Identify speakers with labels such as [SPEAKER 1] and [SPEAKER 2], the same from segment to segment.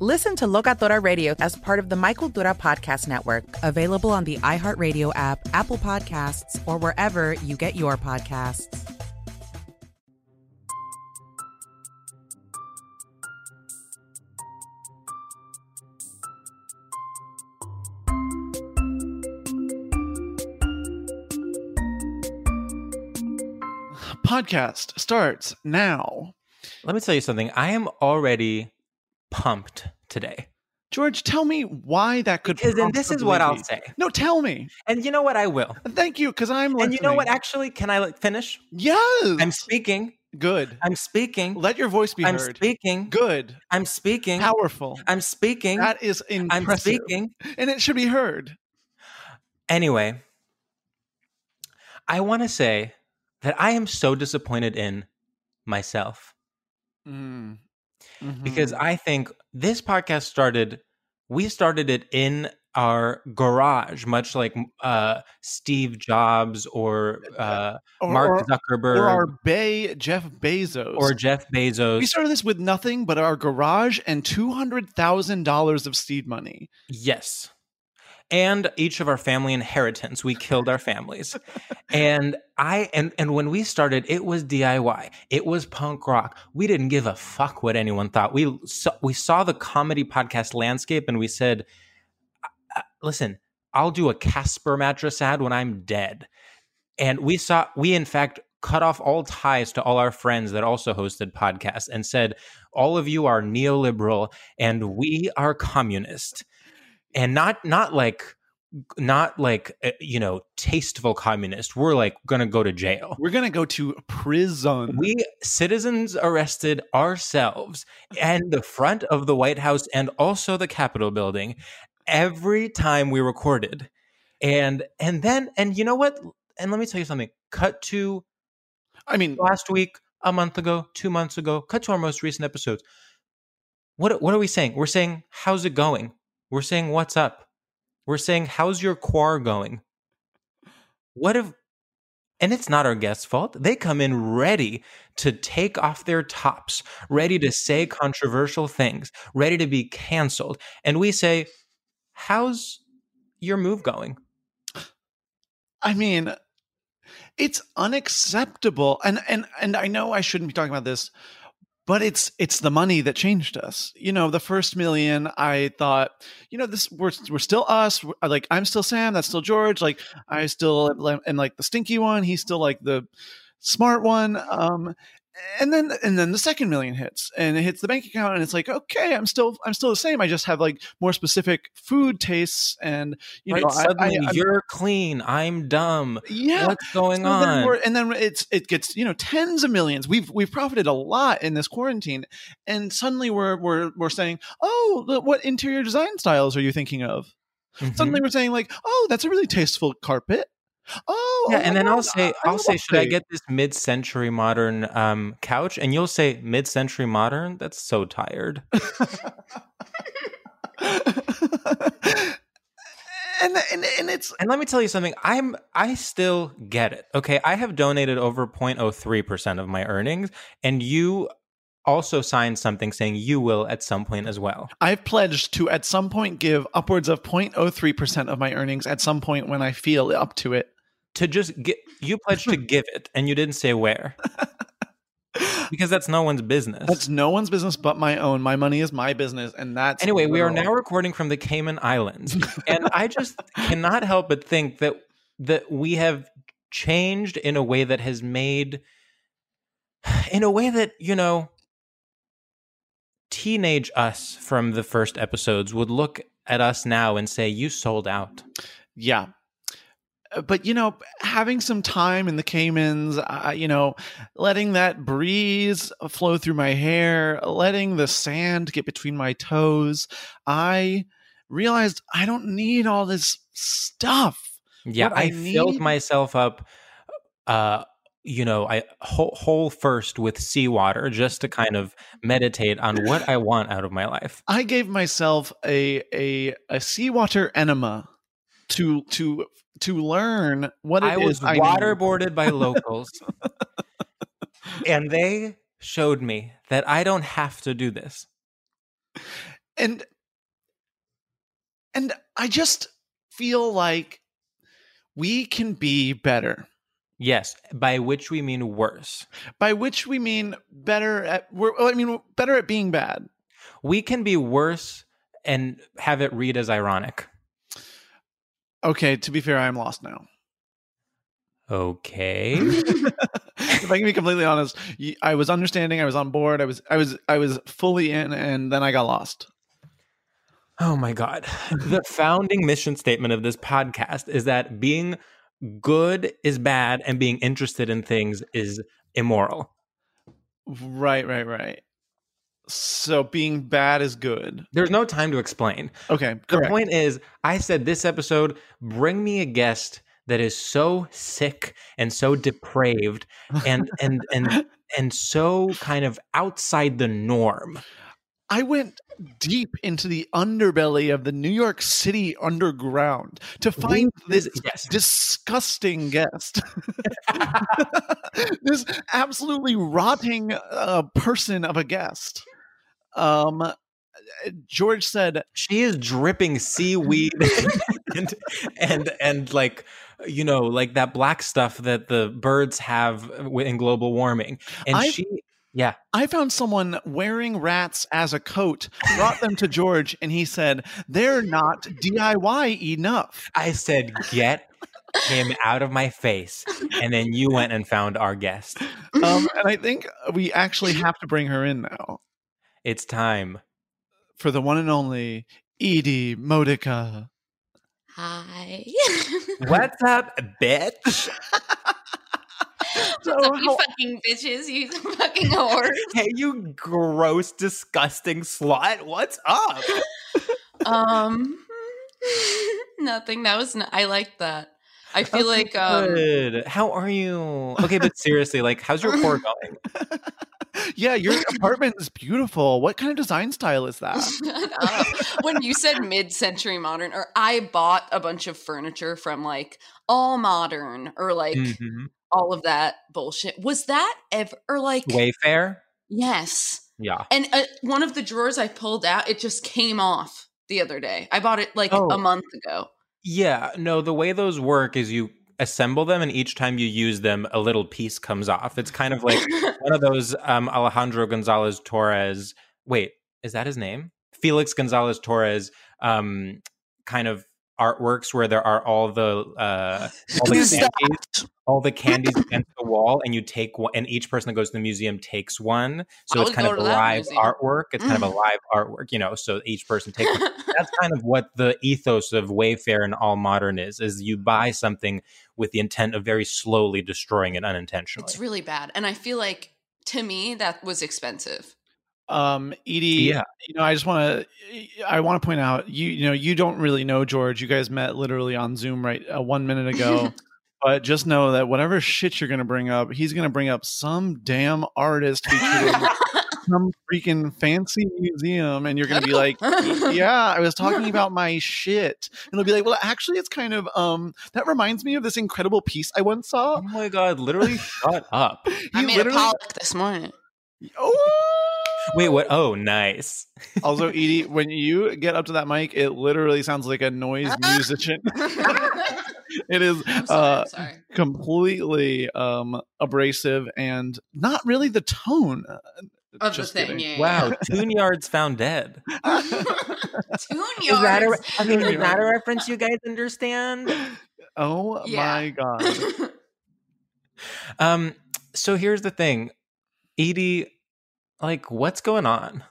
[SPEAKER 1] Listen to Locatora Radio as part of the Michael Dura Podcast Network, available on the iHeartRadio app, Apple Podcasts, or wherever you get your podcasts.
[SPEAKER 2] Podcast starts now.
[SPEAKER 3] Let me tell you something. I am already pumped today.
[SPEAKER 2] George, tell me why that could.
[SPEAKER 3] Because and this is what
[SPEAKER 2] be.
[SPEAKER 3] I'll say.
[SPEAKER 2] No, tell me.
[SPEAKER 3] And you know what? I will.
[SPEAKER 2] Thank you, because I'm. Listening.
[SPEAKER 3] And you know what? Actually, can I finish?
[SPEAKER 2] Yes.
[SPEAKER 3] I'm speaking.
[SPEAKER 2] Good.
[SPEAKER 3] I'm speaking.
[SPEAKER 2] Let your voice be
[SPEAKER 3] I'm
[SPEAKER 2] heard.
[SPEAKER 3] speaking.
[SPEAKER 2] Good.
[SPEAKER 3] I'm speaking.
[SPEAKER 2] Powerful.
[SPEAKER 3] I'm speaking.
[SPEAKER 2] That is impressive. I'm
[SPEAKER 3] speaking,
[SPEAKER 2] and it should be heard.
[SPEAKER 3] Anyway, I want to say that I am so disappointed in myself.
[SPEAKER 2] Mm.
[SPEAKER 3] Mm-hmm. because I think this podcast started, we started it in our garage, much like uh, Steve Jobs or, uh,
[SPEAKER 2] or
[SPEAKER 3] Mark Zuckerberg
[SPEAKER 2] or our Bay Jeff Bezos
[SPEAKER 3] or Jeff Bezos.
[SPEAKER 2] We started this with nothing but our garage and two hundred thousand dollars of seed money.
[SPEAKER 3] Yes. And each of our family inheritance, we killed our families, and I and and when we started, it was DIY. It was punk rock. We didn't give a fuck what anyone thought. We saw, we saw the comedy podcast landscape and we said, "Listen, I'll do a Casper mattress ad when I'm dead." And we saw we in fact cut off all ties to all our friends that also hosted podcasts and said, "All of you are neoliberal and we are communist." And not not like not like eh, you know tasteful communist we're like gonna go to jail
[SPEAKER 2] we're gonna go to prison
[SPEAKER 3] we citizens arrested ourselves and the front of the white house and also the capitol building every time we recorded and and then and you know what and let me tell you something cut to
[SPEAKER 2] i mean
[SPEAKER 3] last week a month ago two months ago cut to our most recent episodes what what are we saying we're saying how's it going we're saying what's up we're saying, how's your quar going? What if, and it's not our guest's fault. They come in ready to take off their tops, ready to say
[SPEAKER 2] Mm-hmm.
[SPEAKER 3] controversial things, ready to be canceled. And we say, how's your move going?
[SPEAKER 2] I mean, it's unacceptable. And, and, and I know I shouldn't be talking about this, but it's it's the money that changed us you know the first million i thought you know this we're, we're still us we're, like i'm still sam that's still george like i still am like the stinky one he's still like the smart one um and then and then the second million hits and it hits the bank account and it's like okay i'm still i'm still the same i just have like more specific food tastes and you
[SPEAKER 3] right?
[SPEAKER 2] know I-
[SPEAKER 3] Suddenly,
[SPEAKER 2] I, I'm-
[SPEAKER 3] you're clean. I'm dumb.
[SPEAKER 2] yeah
[SPEAKER 3] What's going
[SPEAKER 2] So
[SPEAKER 3] on?
[SPEAKER 2] Then we're, and then it's it gets you know tens of millions. We've we've profited a lot in this quarantine, and suddenly we're we're we're saying, oh, look, what interior design styles are you thinking of?
[SPEAKER 3] Mhm.
[SPEAKER 2] Suddenly we're saying like, oh, that's a really tasteful carpet. Oh,
[SPEAKER 3] Yeah,
[SPEAKER 2] oh
[SPEAKER 3] and
[SPEAKER 2] my
[SPEAKER 3] then I'll
[SPEAKER 2] God,
[SPEAKER 3] say,
[SPEAKER 2] I
[SPEAKER 3] I'll say,
[SPEAKER 2] love
[SPEAKER 3] should I
[SPEAKER 2] it."
[SPEAKER 3] get this mid-century modern um, couch? And you'll say, mid-century modern? That's so tired.
[SPEAKER 2] and, and and it's
[SPEAKER 3] And let me tell you something. I'm I still get it. Okay, I have donated over 0.03 percent of my earnings, and you also signed something saying you will at some point as well.
[SPEAKER 2] I've pledged to at some point give upwards of 0.03 percent of my earnings at some point when I feel up to it.
[SPEAKER 3] To just get you pledged to give it, and you didn't say where, because that's no one's business.
[SPEAKER 2] That's no one's business but my own. My money is my business, and that's
[SPEAKER 3] Anyway, we are
[SPEAKER 2] literal.
[SPEAKER 3] now recording from the Cayman Islands, and I just cannot help but think that that we have changed in a way that has made, in a way that you know, teenage us from the first episodes would look at us now and say, "You sold out."
[SPEAKER 2] Yeah. Uh, But you know, having some time in the Caymans, uh, you know, letting that breeze uh, flow through my hair, letting the sand get between my toes, I realized I don't need all this stuff.
[SPEAKER 3] Yeah,
[SPEAKER 2] What
[SPEAKER 3] I,
[SPEAKER 2] I
[SPEAKER 3] filled
[SPEAKER 2] need-
[SPEAKER 3] myself up. Uh, you know, I whole, whole first with seawater just to kind of meditate on what I want out of my life.
[SPEAKER 2] I gave myself a a a seawater enema to to to learn what it is.
[SPEAKER 3] I was
[SPEAKER 2] need.
[SPEAKER 3] waterboarded by locals, and they showed me that I don't have to do this.
[SPEAKER 2] and and I just feel like we can be better.
[SPEAKER 3] Yes, by which we mean worse.
[SPEAKER 2] By which we mean better at we're I mean we're better at being bad.
[SPEAKER 3] We can be worse and have it read as ironic.
[SPEAKER 2] Okay, to be fair, I'm lost now.
[SPEAKER 3] Okay.
[SPEAKER 2] if I can be completely honest, y- I was understanding, I was on board, I was I was I was fully in and then I got lost.
[SPEAKER 3] Oh my God. The founding mission statement of this podcast is that being good is bad and being interested in things is immoral.
[SPEAKER 2] Right, right, right. So being bad is good.
[SPEAKER 3] There's no time to explain.
[SPEAKER 2] Okay,
[SPEAKER 3] The
[SPEAKER 2] correct.
[SPEAKER 3] point is, I said this episode, bring me a guest that is so sick and so depraved and and and and so kind of outside the norm.
[SPEAKER 2] I went deep into the underbelly of the New York City underground to find this
[SPEAKER 3] yes.
[SPEAKER 2] disgusting guest. this absolutely rotting uh, person of a guest. Um, George said,
[SPEAKER 3] She is dripping seaweed and and and like you know, like that black stuff that the birds have wi- in global warming. And
[SPEAKER 2] I've-
[SPEAKER 3] she
[SPEAKER 2] I found someone wearing rats as a coat, brought them to George, and he said, They're not DIY enough.
[SPEAKER 3] I said, "Get him out of my face." And then you went and found our guest.
[SPEAKER 2] Um, and I think we actually have to bring her in now.
[SPEAKER 3] It's time.
[SPEAKER 2] for the one and only Edie Modica.
[SPEAKER 4] Hi.
[SPEAKER 3] What's up, bitch?
[SPEAKER 2] So
[SPEAKER 4] you
[SPEAKER 2] Oh, how,
[SPEAKER 4] fucking bitches, you fucking whores.
[SPEAKER 3] Hey, you gross, disgusting slut. What's up?
[SPEAKER 4] um, nothing. That was. N- I liked that. I feel like um,
[SPEAKER 3] Good. How are you? Okay, but seriously, like, how's your core going?
[SPEAKER 2] yeah, your apartment is beautiful. What kind of design style is that?
[SPEAKER 4] Shut up. when you said mid-century modern, or I bought a bunch of furniture from like all modern or like
[SPEAKER 3] Mhm.
[SPEAKER 4] all of that bullshit. Was that ever or like
[SPEAKER 3] Wayfair?
[SPEAKER 4] yes?
[SPEAKER 3] Yeah.
[SPEAKER 4] And uh, one of the drawers I pulled out, it just came off the other day. I bought it like
[SPEAKER 3] Oh.
[SPEAKER 4] a month ago.
[SPEAKER 3] Yeah. No, the way those work is you assemble them, and each time you use them, a little piece comes off. It's kind of like one of those um, Alejandro Gonzalez Torres. Wait, is that his name? Felix Gonzalez Torres. Um, kind of artworks where there are all the uh, all the,
[SPEAKER 2] Who's
[SPEAKER 3] Yankees, all the candies against the wall, and you take one, and each person that goes to the museum takes one. So
[SPEAKER 4] I
[SPEAKER 3] it's
[SPEAKER 4] would
[SPEAKER 3] kind
[SPEAKER 4] go
[SPEAKER 3] of
[SPEAKER 4] to that
[SPEAKER 3] live
[SPEAKER 4] museum. Mm.
[SPEAKER 3] artwork. It's kind of a live artwork, you know. So each person takes. One. That's kind of what the ethos of Wayfair and all modern is: is you buy something with the intent of very slowly destroying it unintentionally.
[SPEAKER 4] It's really bad. And I feel like to me that was expensive.
[SPEAKER 2] um edie
[SPEAKER 3] Yeah.
[SPEAKER 2] you know i just want to i want to point out you you know you don't really know george you guys met literally on zoom right uh, one minute ago but just know that whatever shit you're gonna bring up he's gonna bring up some damn artist featuring some freaking fancy museum and you're gonna be like yeah i was talking about my shit and he'll be like well actually it's kind of um that reminds me of this incredible piece i once
[SPEAKER 3] Oh
[SPEAKER 2] saw
[SPEAKER 3] my god! Literally, shut up.
[SPEAKER 4] I
[SPEAKER 2] He
[SPEAKER 4] made a pollock this morning.
[SPEAKER 2] oh
[SPEAKER 3] Wait, what? Oh, nice.
[SPEAKER 2] Also, Edie, when you get up to that mic, it literally sounds like a noise musician. it is
[SPEAKER 4] I'm sorry,
[SPEAKER 2] uh,
[SPEAKER 4] I'm sorry.
[SPEAKER 2] completely um, abrasive and not really the tone. Uh,
[SPEAKER 4] Of the
[SPEAKER 2] just
[SPEAKER 4] thing,
[SPEAKER 2] kidding.
[SPEAKER 4] yeah.
[SPEAKER 3] Wow, Toon Yards found dead.
[SPEAKER 4] Tune
[SPEAKER 1] Is that, a,
[SPEAKER 4] yards.
[SPEAKER 1] I mean, is that a reference you guys understand?
[SPEAKER 2] Oh
[SPEAKER 4] Yeah.
[SPEAKER 2] my god!
[SPEAKER 3] Um, so here's the thing, Edie, like, what's going on?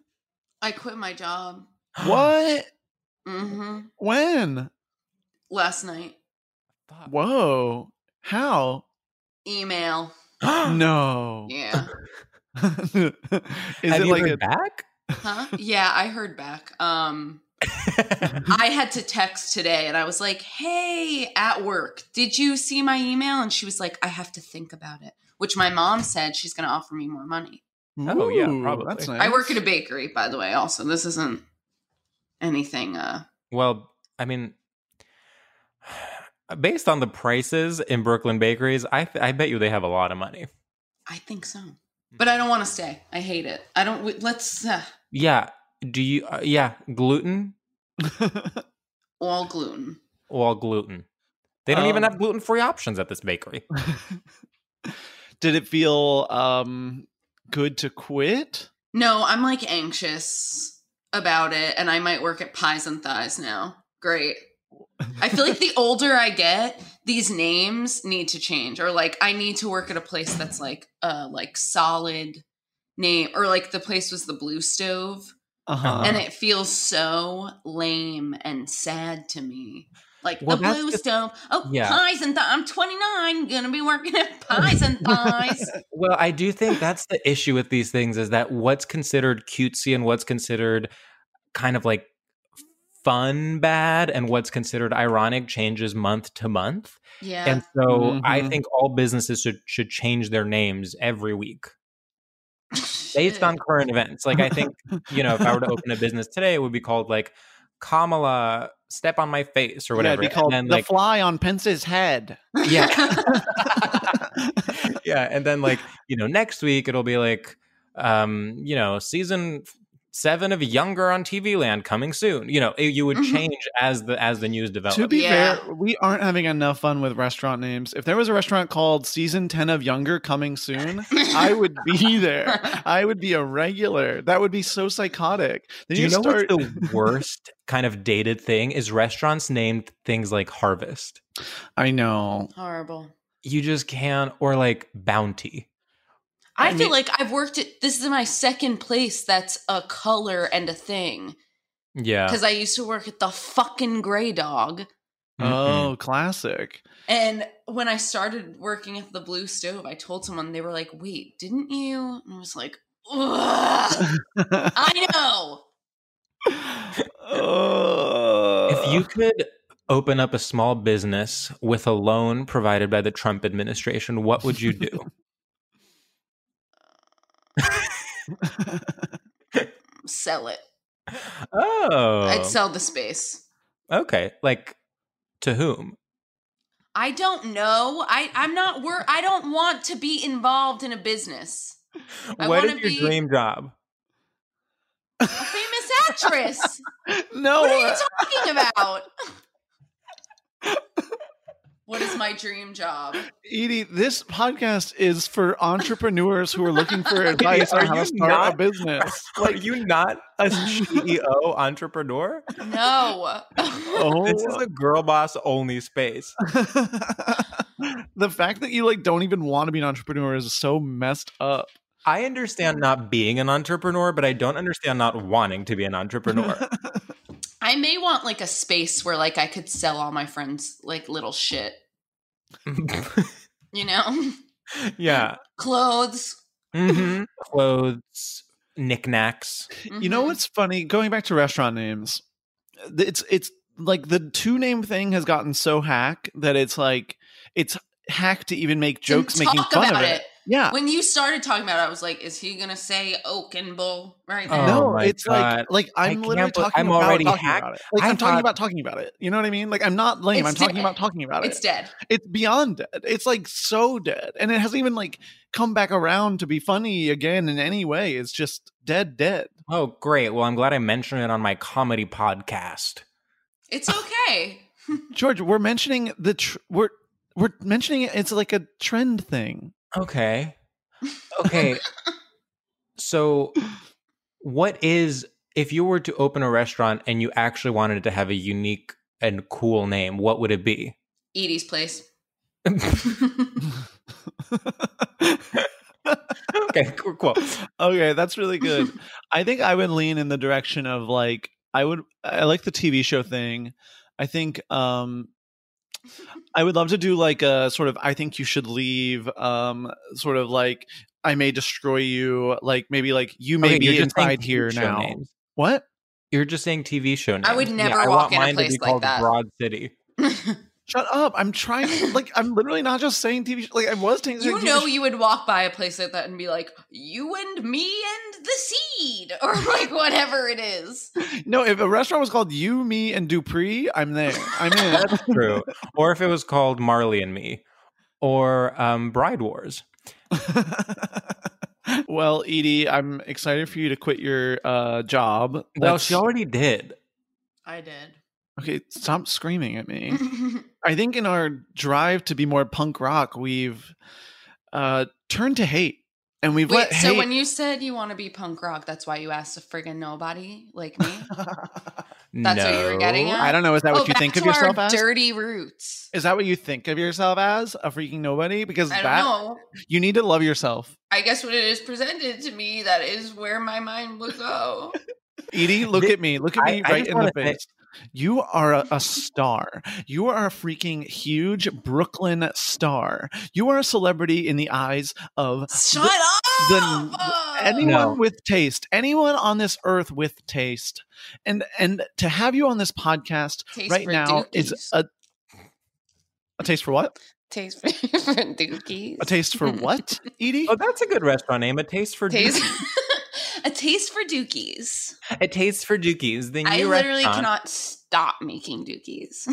[SPEAKER 4] I quit my job.
[SPEAKER 2] What?
[SPEAKER 4] hmm
[SPEAKER 2] When?
[SPEAKER 4] Last night,
[SPEAKER 2] Whoa! How?
[SPEAKER 4] email.
[SPEAKER 2] No.
[SPEAKER 4] Yeah.
[SPEAKER 2] Is
[SPEAKER 3] Have
[SPEAKER 2] it
[SPEAKER 3] you
[SPEAKER 2] like
[SPEAKER 3] heard
[SPEAKER 2] a,
[SPEAKER 3] back?
[SPEAKER 4] Huh? Yeah, I heard back. Um
[SPEAKER 2] Mm-hmm.
[SPEAKER 4] I had to text today and I was like, "Hey, at work, did you see my email?" And she was like, "I have to think about it." Which my mom said she's going to offer me more money.
[SPEAKER 3] Oh, yeah,
[SPEAKER 2] Ooh,
[SPEAKER 3] probably.
[SPEAKER 2] That's nice.
[SPEAKER 4] I work at a bakery, by the way, also. This isn't anything uh
[SPEAKER 3] Well, I mean, based on the prices in Brooklyn bakeries, I I bet you they have a lot of money.
[SPEAKER 4] I think so. But I don't want to stay. I hate it. I don't w- let's uh,
[SPEAKER 3] Yeah. Do you? Uh, yeah, gluten.
[SPEAKER 4] all gluten.
[SPEAKER 3] Well, gluten. They don't even
[SPEAKER 2] Um,
[SPEAKER 3] have gluten-free options at this bakery.
[SPEAKER 2] Did it feel um, good to quit?
[SPEAKER 4] No, I'm like anxious about it, and I might work at Pies and Thighs now. Great. I feel like the older I get, these names need to change, or like I need to work at a place that's like a like solid name, or like the place was the Blue Stove,
[SPEAKER 2] Uh-huh.
[SPEAKER 4] and it feels so lame and sad to me. Like
[SPEAKER 3] Well,
[SPEAKER 4] the
[SPEAKER 3] that's
[SPEAKER 4] Blue
[SPEAKER 3] just-
[SPEAKER 4] Stove. Oh,
[SPEAKER 3] Yeah.
[SPEAKER 4] Pies and Thighs. I'm 29, gonna be working at Pies and Thighs.
[SPEAKER 3] Well, I do think that's the issue with these things is that what's considered cutesy and what's considered kind of like fun bad and what's considered ironic changes month to month.
[SPEAKER 4] yeah.
[SPEAKER 3] And so I
[SPEAKER 2] Mhm.
[SPEAKER 3] think all businesses should, should change their names every week based on current events. Like I think, you know, if I were to open a business today, it would be called like Kamala step on my face or whatever.
[SPEAKER 2] Yeah, it'd be called
[SPEAKER 3] and
[SPEAKER 2] the
[SPEAKER 3] then, like,
[SPEAKER 2] fly on Pence's head.
[SPEAKER 3] yeah, yeah and then like you know next week it'll be like um you know season seven of younger on tv land coming soon you know it, you would
[SPEAKER 4] Mhm.
[SPEAKER 3] change as the as the news develops
[SPEAKER 2] to be
[SPEAKER 4] Yeah.
[SPEAKER 2] fair, we aren't having enough fun with restaurant names. If there was a restaurant called Season 10 of Younger coming soon, I would be there. I would be a regular. That would be so psychotic. Then
[SPEAKER 3] do you know
[SPEAKER 2] start
[SPEAKER 3] what's the worst kind of dated thing is restaurants named things like harvest
[SPEAKER 2] I know.
[SPEAKER 4] Horrible.
[SPEAKER 3] you just can't or like bounty
[SPEAKER 2] I
[SPEAKER 4] I, feel
[SPEAKER 2] mean-
[SPEAKER 4] like I've worked at this is my second place that's a color and a thing
[SPEAKER 3] yeah
[SPEAKER 4] because I used to work at the fucking Gray Dog.
[SPEAKER 3] Mm-mm.
[SPEAKER 2] Oh, classic.
[SPEAKER 4] And when I started working at the Blue Stove, I told someone they were like, "Wait, didn't you?" And I was like, Ugh, "I know."
[SPEAKER 3] if
[SPEAKER 2] Oh.
[SPEAKER 3] you could open up a small business with a loan provided by the trump administration what would you do
[SPEAKER 4] Sell it.
[SPEAKER 3] oh
[SPEAKER 4] I'd sell the space.
[SPEAKER 3] Okay, like to whom?
[SPEAKER 4] I don't know. I I'm not work. I don't want to be involved in a business. I
[SPEAKER 3] what is
[SPEAKER 4] wanna
[SPEAKER 3] your
[SPEAKER 4] be-
[SPEAKER 3] dream job?
[SPEAKER 4] A famous actress.
[SPEAKER 2] no, uh,
[SPEAKER 4] What are you talking about? What is my dream job?
[SPEAKER 2] Edie, this podcast is for entrepreneurs who are looking for advice on
[SPEAKER 3] are
[SPEAKER 2] how
[SPEAKER 3] you
[SPEAKER 2] to start
[SPEAKER 3] not-
[SPEAKER 2] a business.
[SPEAKER 3] Are you not a CEO entrepreneur?
[SPEAKER 4] No.
[SPEAKER 2] Oh,
[SPEAKER 3] This is a girl boss only space.
[SPEAKER 2] the fact that you like don't even want to be an entrepreneur is so messed up.
[SPEAKER 3] I understand not being an entrepreneur, but I don't understand not wanting to be an entrepreneur.
[SPEAKER 4] I may want like a space where like I could sell all my friends like little shit, you know?
[SPEAKER 3] yeah.
[SPEAKER 4] Clothes.
[SPEAKER 3] hmm Clothes, knickknacks.
[SPEAKER 2] You
[SPEAKER 4] Mm-hmm.
[SPEAKER 2] know what's funny? Going back to restaurant names, th- it's it's like the two name thing has gotten so hack that it's like it's hack to even make jokes
[SPEAKER 4] And
[SPEAKER 2] making
[SPEAKER 4] talk
[SPEAKER 2] fun
[SPEAKER 4] about
[SPEAKER 2] of it.
[SPEAKER 4] it.
[SPEAKER 2] Yeah.
[SPEAKER 4] When you started talking about it, I was like, is he gonna say oak and bull right
[SPEAKER 3] Oh,
[SPEAKER 4] now?
[SPEAKER 2] no,
[SPEAKER 3] my
[SPEAKER 2] it's
[SPEAKER 3] God.
[SPEAKER 2] like like
[SPEAKER 3] I
[SPEAKER 2] I'm literally
[SPEAKER 3] can't bel-
[SPEAKER 2] talking
[SPEAKER 3] I'm
[SPEAKER 2] about
[SPEAKER 3] already
[SPEAKER 2] talking
[SPEAKER 3] hacked.
[SPEAKER 2] about it. Like
[SPEAKER 3] I
[SPEAKER 2] I'm talking
[SPEAKER 3] thought-
[SPEAKER 2] about talking about it. You know what I mean? Like I'm not lame.
[SPEAKER 4] It's
[SPEAKER 2] I'm talking
[SPEAKER 4] dead.
[SPEAKER 2] about talking about
[SPEAKER 4] it's
[SPEAKER 2] it.
[SPEAKER 4] dead.
[SPEAKER 2] It's beyond dead. It's like so dead, and it hasn't even like come back around to be funny again in any way. It's just dead, dead.
[SPEAKER 3] Oh, great. Well, I'm glad I mentioned it on my comedy podcast.
[SPEAKER 4] It's okay.
[SPEAKER 2] George, we're mentioning the tr- we're we're mentioning it. It's like a trend thing.
[SPEAKER 3] Okay. Okay. so, what is, if you were to open a restaurant and you actually wanted to have a unique and cool name, what would it be?
[SPEAKER 4] Edie's place.
[SPEAKER 3] Okay, cool. cool.
[SPEAKER 2] okay, that's really good. I think I would lean in the direction of like I would I like the TV show thing. I think um I would love to do like a sort of I think you should leave um sort of like I may destroy you like maybe like you may
[SPEAKER 3] Okay, you're
[SPEAKER 2] be
[SPEAKER 3] just saying
[SPEAKER 2] inside
[SPEAKER 3] TV
[SPEAKER 2] here
[SPEAKER 3] show
[SPEAKER 2] now.
[SPEAKER 3] names.
[SPEAKER 2] What?
[SPEAKER 3] You're just saying TV show names.
[SPEAKER 4] I would never
[SPEAKER 3] I
[SPEAKER 4] walk
[SPEAKER 3] want
[SPEAKER 4] in a
[SPEAKER 3] mine to be
[SPEAKER 4] place like
[SPEAKER 3] called
[SPEAKER 4] that.
[SPEAKER 3] Broad City.
[SPEAKER 2] Shut up. I'm trying to like I'm literally not just saying TV sh- like I was saying
[SPEAKER 4] you
[SPEAKER 2] TV
[SPEAKER 4] know
[SPEAKER 2] sh-
[SPEAKER 4] you would walk by a place like that and be like, you and me and the seed, or like whatever it is.
[SPEAKER 2] No, if a restaurant was called You, Me, and Dupree, I'm there. I'm in.
[SPEAKER 3] That's true. or if it was called Marley and Me, or um, Bride Wars.
[SPEAKER 2] well, Edie, I'm excited for you to quit your uh, job.
[SPEAKER 3] Well,
[SPEAKER 2] Let's-
[SPEAKER 3] she already did.
[SPEAKER 4] I did.
[SPEAKER 2] okay, stop screaming at me.
[SPEAKER 4] Mm-hmm.
[SPEAKER 2] I think in our drive to be more punk rock, we've uh, turned to hate, and we've
[SPEAKER 4] Wait,
[SPEAKER 2] let
[SPEAKER 4] so
[SPEAKER 2] hate.
[SPEAKER 4] when you said you want to be punk rock, that's why you asked a friggin' nobody like me? That's
[SPEAKER 3] no.
[SPEAKER 4] what you were getting at?
[SPEAKER 2] I don't know. Is that
[SPEAKER 4] Oh,
[SPEAKER 2] what you
[SPEAKER 4] back
[SPEAKER 2] think
[SPEAKER 4] to
[SPEAKER 2] of yourself
[SPEAKER 4] our
[SPEAKER 2] as?
[SPEAKER 4] dirty roots.
[SPEAKER 2] Is that what you think of yourself as? A freaking nobody? Because
[SPEAKER 4] I don't
[SPEAKER 2] that
[SPEAKER 4] know.
[SPEAKER 2] you need to love yourself.
[SPEAKER 4] I guess when it is presented to me, that is where my mind will go.
[SPEAKER 2] Edie, look
[SPEAKER 3] Thi-
[SPEAKER 2] at me. Look at
[SPEAKER 3] I-
[SPEAKER 2] me
[SPEAKER 3] I
[SPEAKER 2] right
[SPEAKER 3] just
[SPEAKER 2] in the
[SPEAKER 3] wanna say-
[SPEAKER 2] face. You are a, a star. You are a freaking huge Brooklyn star. You are a celebrity in the eyes of
[SPEAKER 4] Shut
[SPEAKER 2] the-
[SPEAKER 4] up!
[SPEAKER 2] anyone
[SPEAKER 3] No.
[SPEAKER 2] with taste, anyone on this earth with taste. And and to have you on this podcast
[SPEAKER 4] Taste
[SPEAKER 2] right
[SPEAKER 4] for
[SPEAKER 2] now is
[SPEAKER 4] dookies.
[SPEAKER 2] a a taste for what?
[SPEAKER 4] Taste for different dookies.
[SPEAKER 2] A taste for what, Edie?
[SPEAKER 3] Oh, that's a good restaurant name. A taste for
[SPEAKER 4] taste. a taste for dookies.
[SPEAKER 3] Dookie- a taste for Dookies. The new
[SPEAKER 4] I literally
[SPEAKER 3] restaurant.
[SPEAKER 4] cannot stop making dookies.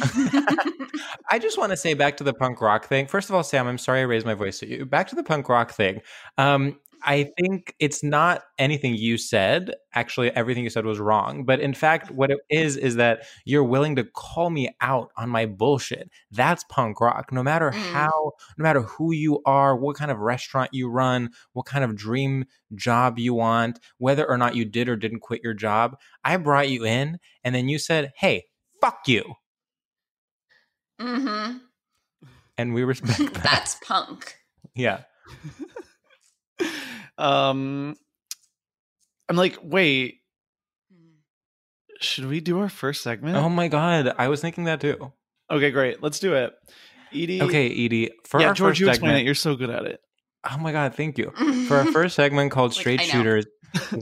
[SPEAKER 3] I just want to say back to the punk rock thing. First of all, Sam, I'm sorry I raised my voice at you. Back to the punk rock thing. Um, I think it's not anything you said. Actually, everything you said was wrong. But in fact, what it is is that you're willing to call me out on my bullshit. That's punk rock. No matter
[SPEAKER 4] Mm.
[SPEAKER 3] how, no matter who you are, what kind of restaurant you run, what kind of dream job you want, whether or not you did or didn't quit your job, I brought you in and then you said, hey, fuck you.
[SPEAKER 4] hmm
[SPEAKER 3] And we respect that.
[SPEAKER 4] That's punk.
[SPEAKER 3] Yeah.
[SPEAKER 2] Um I'm like, wait, should we do our first segment?
[SPEAKER 3] Oh my god, I was thinking that too.
[SPEAKER 2] Okay, great. Let's do it. Edie.
[SPEAKER 3] Okay, Edie, for
[SPEAKER 2] yeah,
[SPEAKER 3] our
[SPEAKER 2] George,
[SPEAKER 3] first
[SPEAKER 2] you explain it.
[SPEAKER 3] segment.
[SPEAKER 2] You're so good at it.
[SPEAKER 3] oh my god, thank you for our first segment called
[SPEAKER 4] Like,
[SPEAKER 3] Straight
[SPEAKER 4] I know.
[SPEAKER 3] Shooters.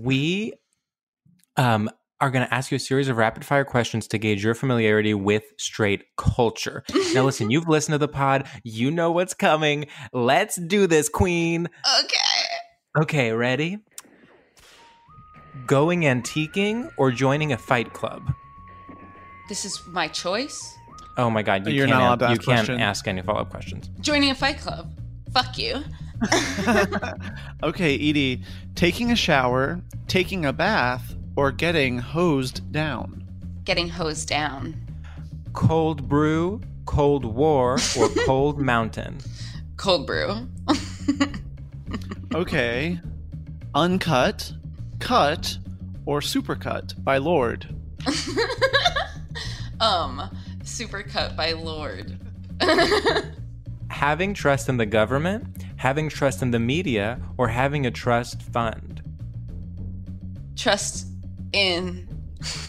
[SPEAKER 3] We um are going to ask you a series of rapid fire questions to gauge your familiarity with straight culture. Now, listen, you've listened to the pod, you know what's coming. Let's do this, Queen.
[SPEAKER 4] okay.
[SPEAKER 3] Okay, ready? Going antiquing or joining a fight club?
[SPEAKER 4] This is my choice.
[SPEAKER 3] Oh my god, you
[SPEAKER 2] You're
[SPEAKER 3] can't,
[SPEAKER 2] not allowed to
[SPEAKER 3] you
[SPEAKER 2] ask
[SPEAKER 3] can't
[SPEAKER 2] questions.
[SPEAKER 3] ask any follow up questions.
[SPEAKER 4] Joining a fight club. Fuck you.
[SPEAKER 2] Okay, Edie, taking a shower, taking a bath, or getting hosed down.
[SPEAKER 4] Getting hosed down.
[SPEAKER 3] Cold brew Cold War, or Cold Mountain?
[SPEAKER 4] Cold brew.
[SPEAKER 2] Okay. Uncut, cut, or supercut by Lord.
[SPEAKER 4] um, super cut by Lord.
[SPEAKER 3] Having trust in the government, having trust in the media, or having a trust fund?
[SPEAKER 4] Trust in.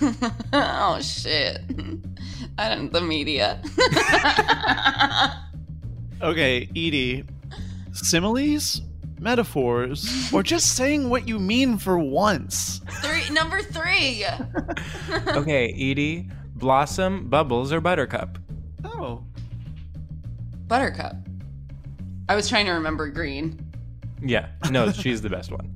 [SPEAKER 4] oh shit! I don't the media.
[SPEAKER 2] Okay, Edie. Similes, metaphors, or just saying what you mean for once.
[SPEAKER 4] three number three.
[SPEAKER 3] Okay, Edie, Blossom, Bubbles, or Buttercup?
[SPEAKER 2] Oh.
[SPEAKER 4] Buttercup. I was trying to remember green.
[SPEAKER 3] Yeah, no, she's the best one.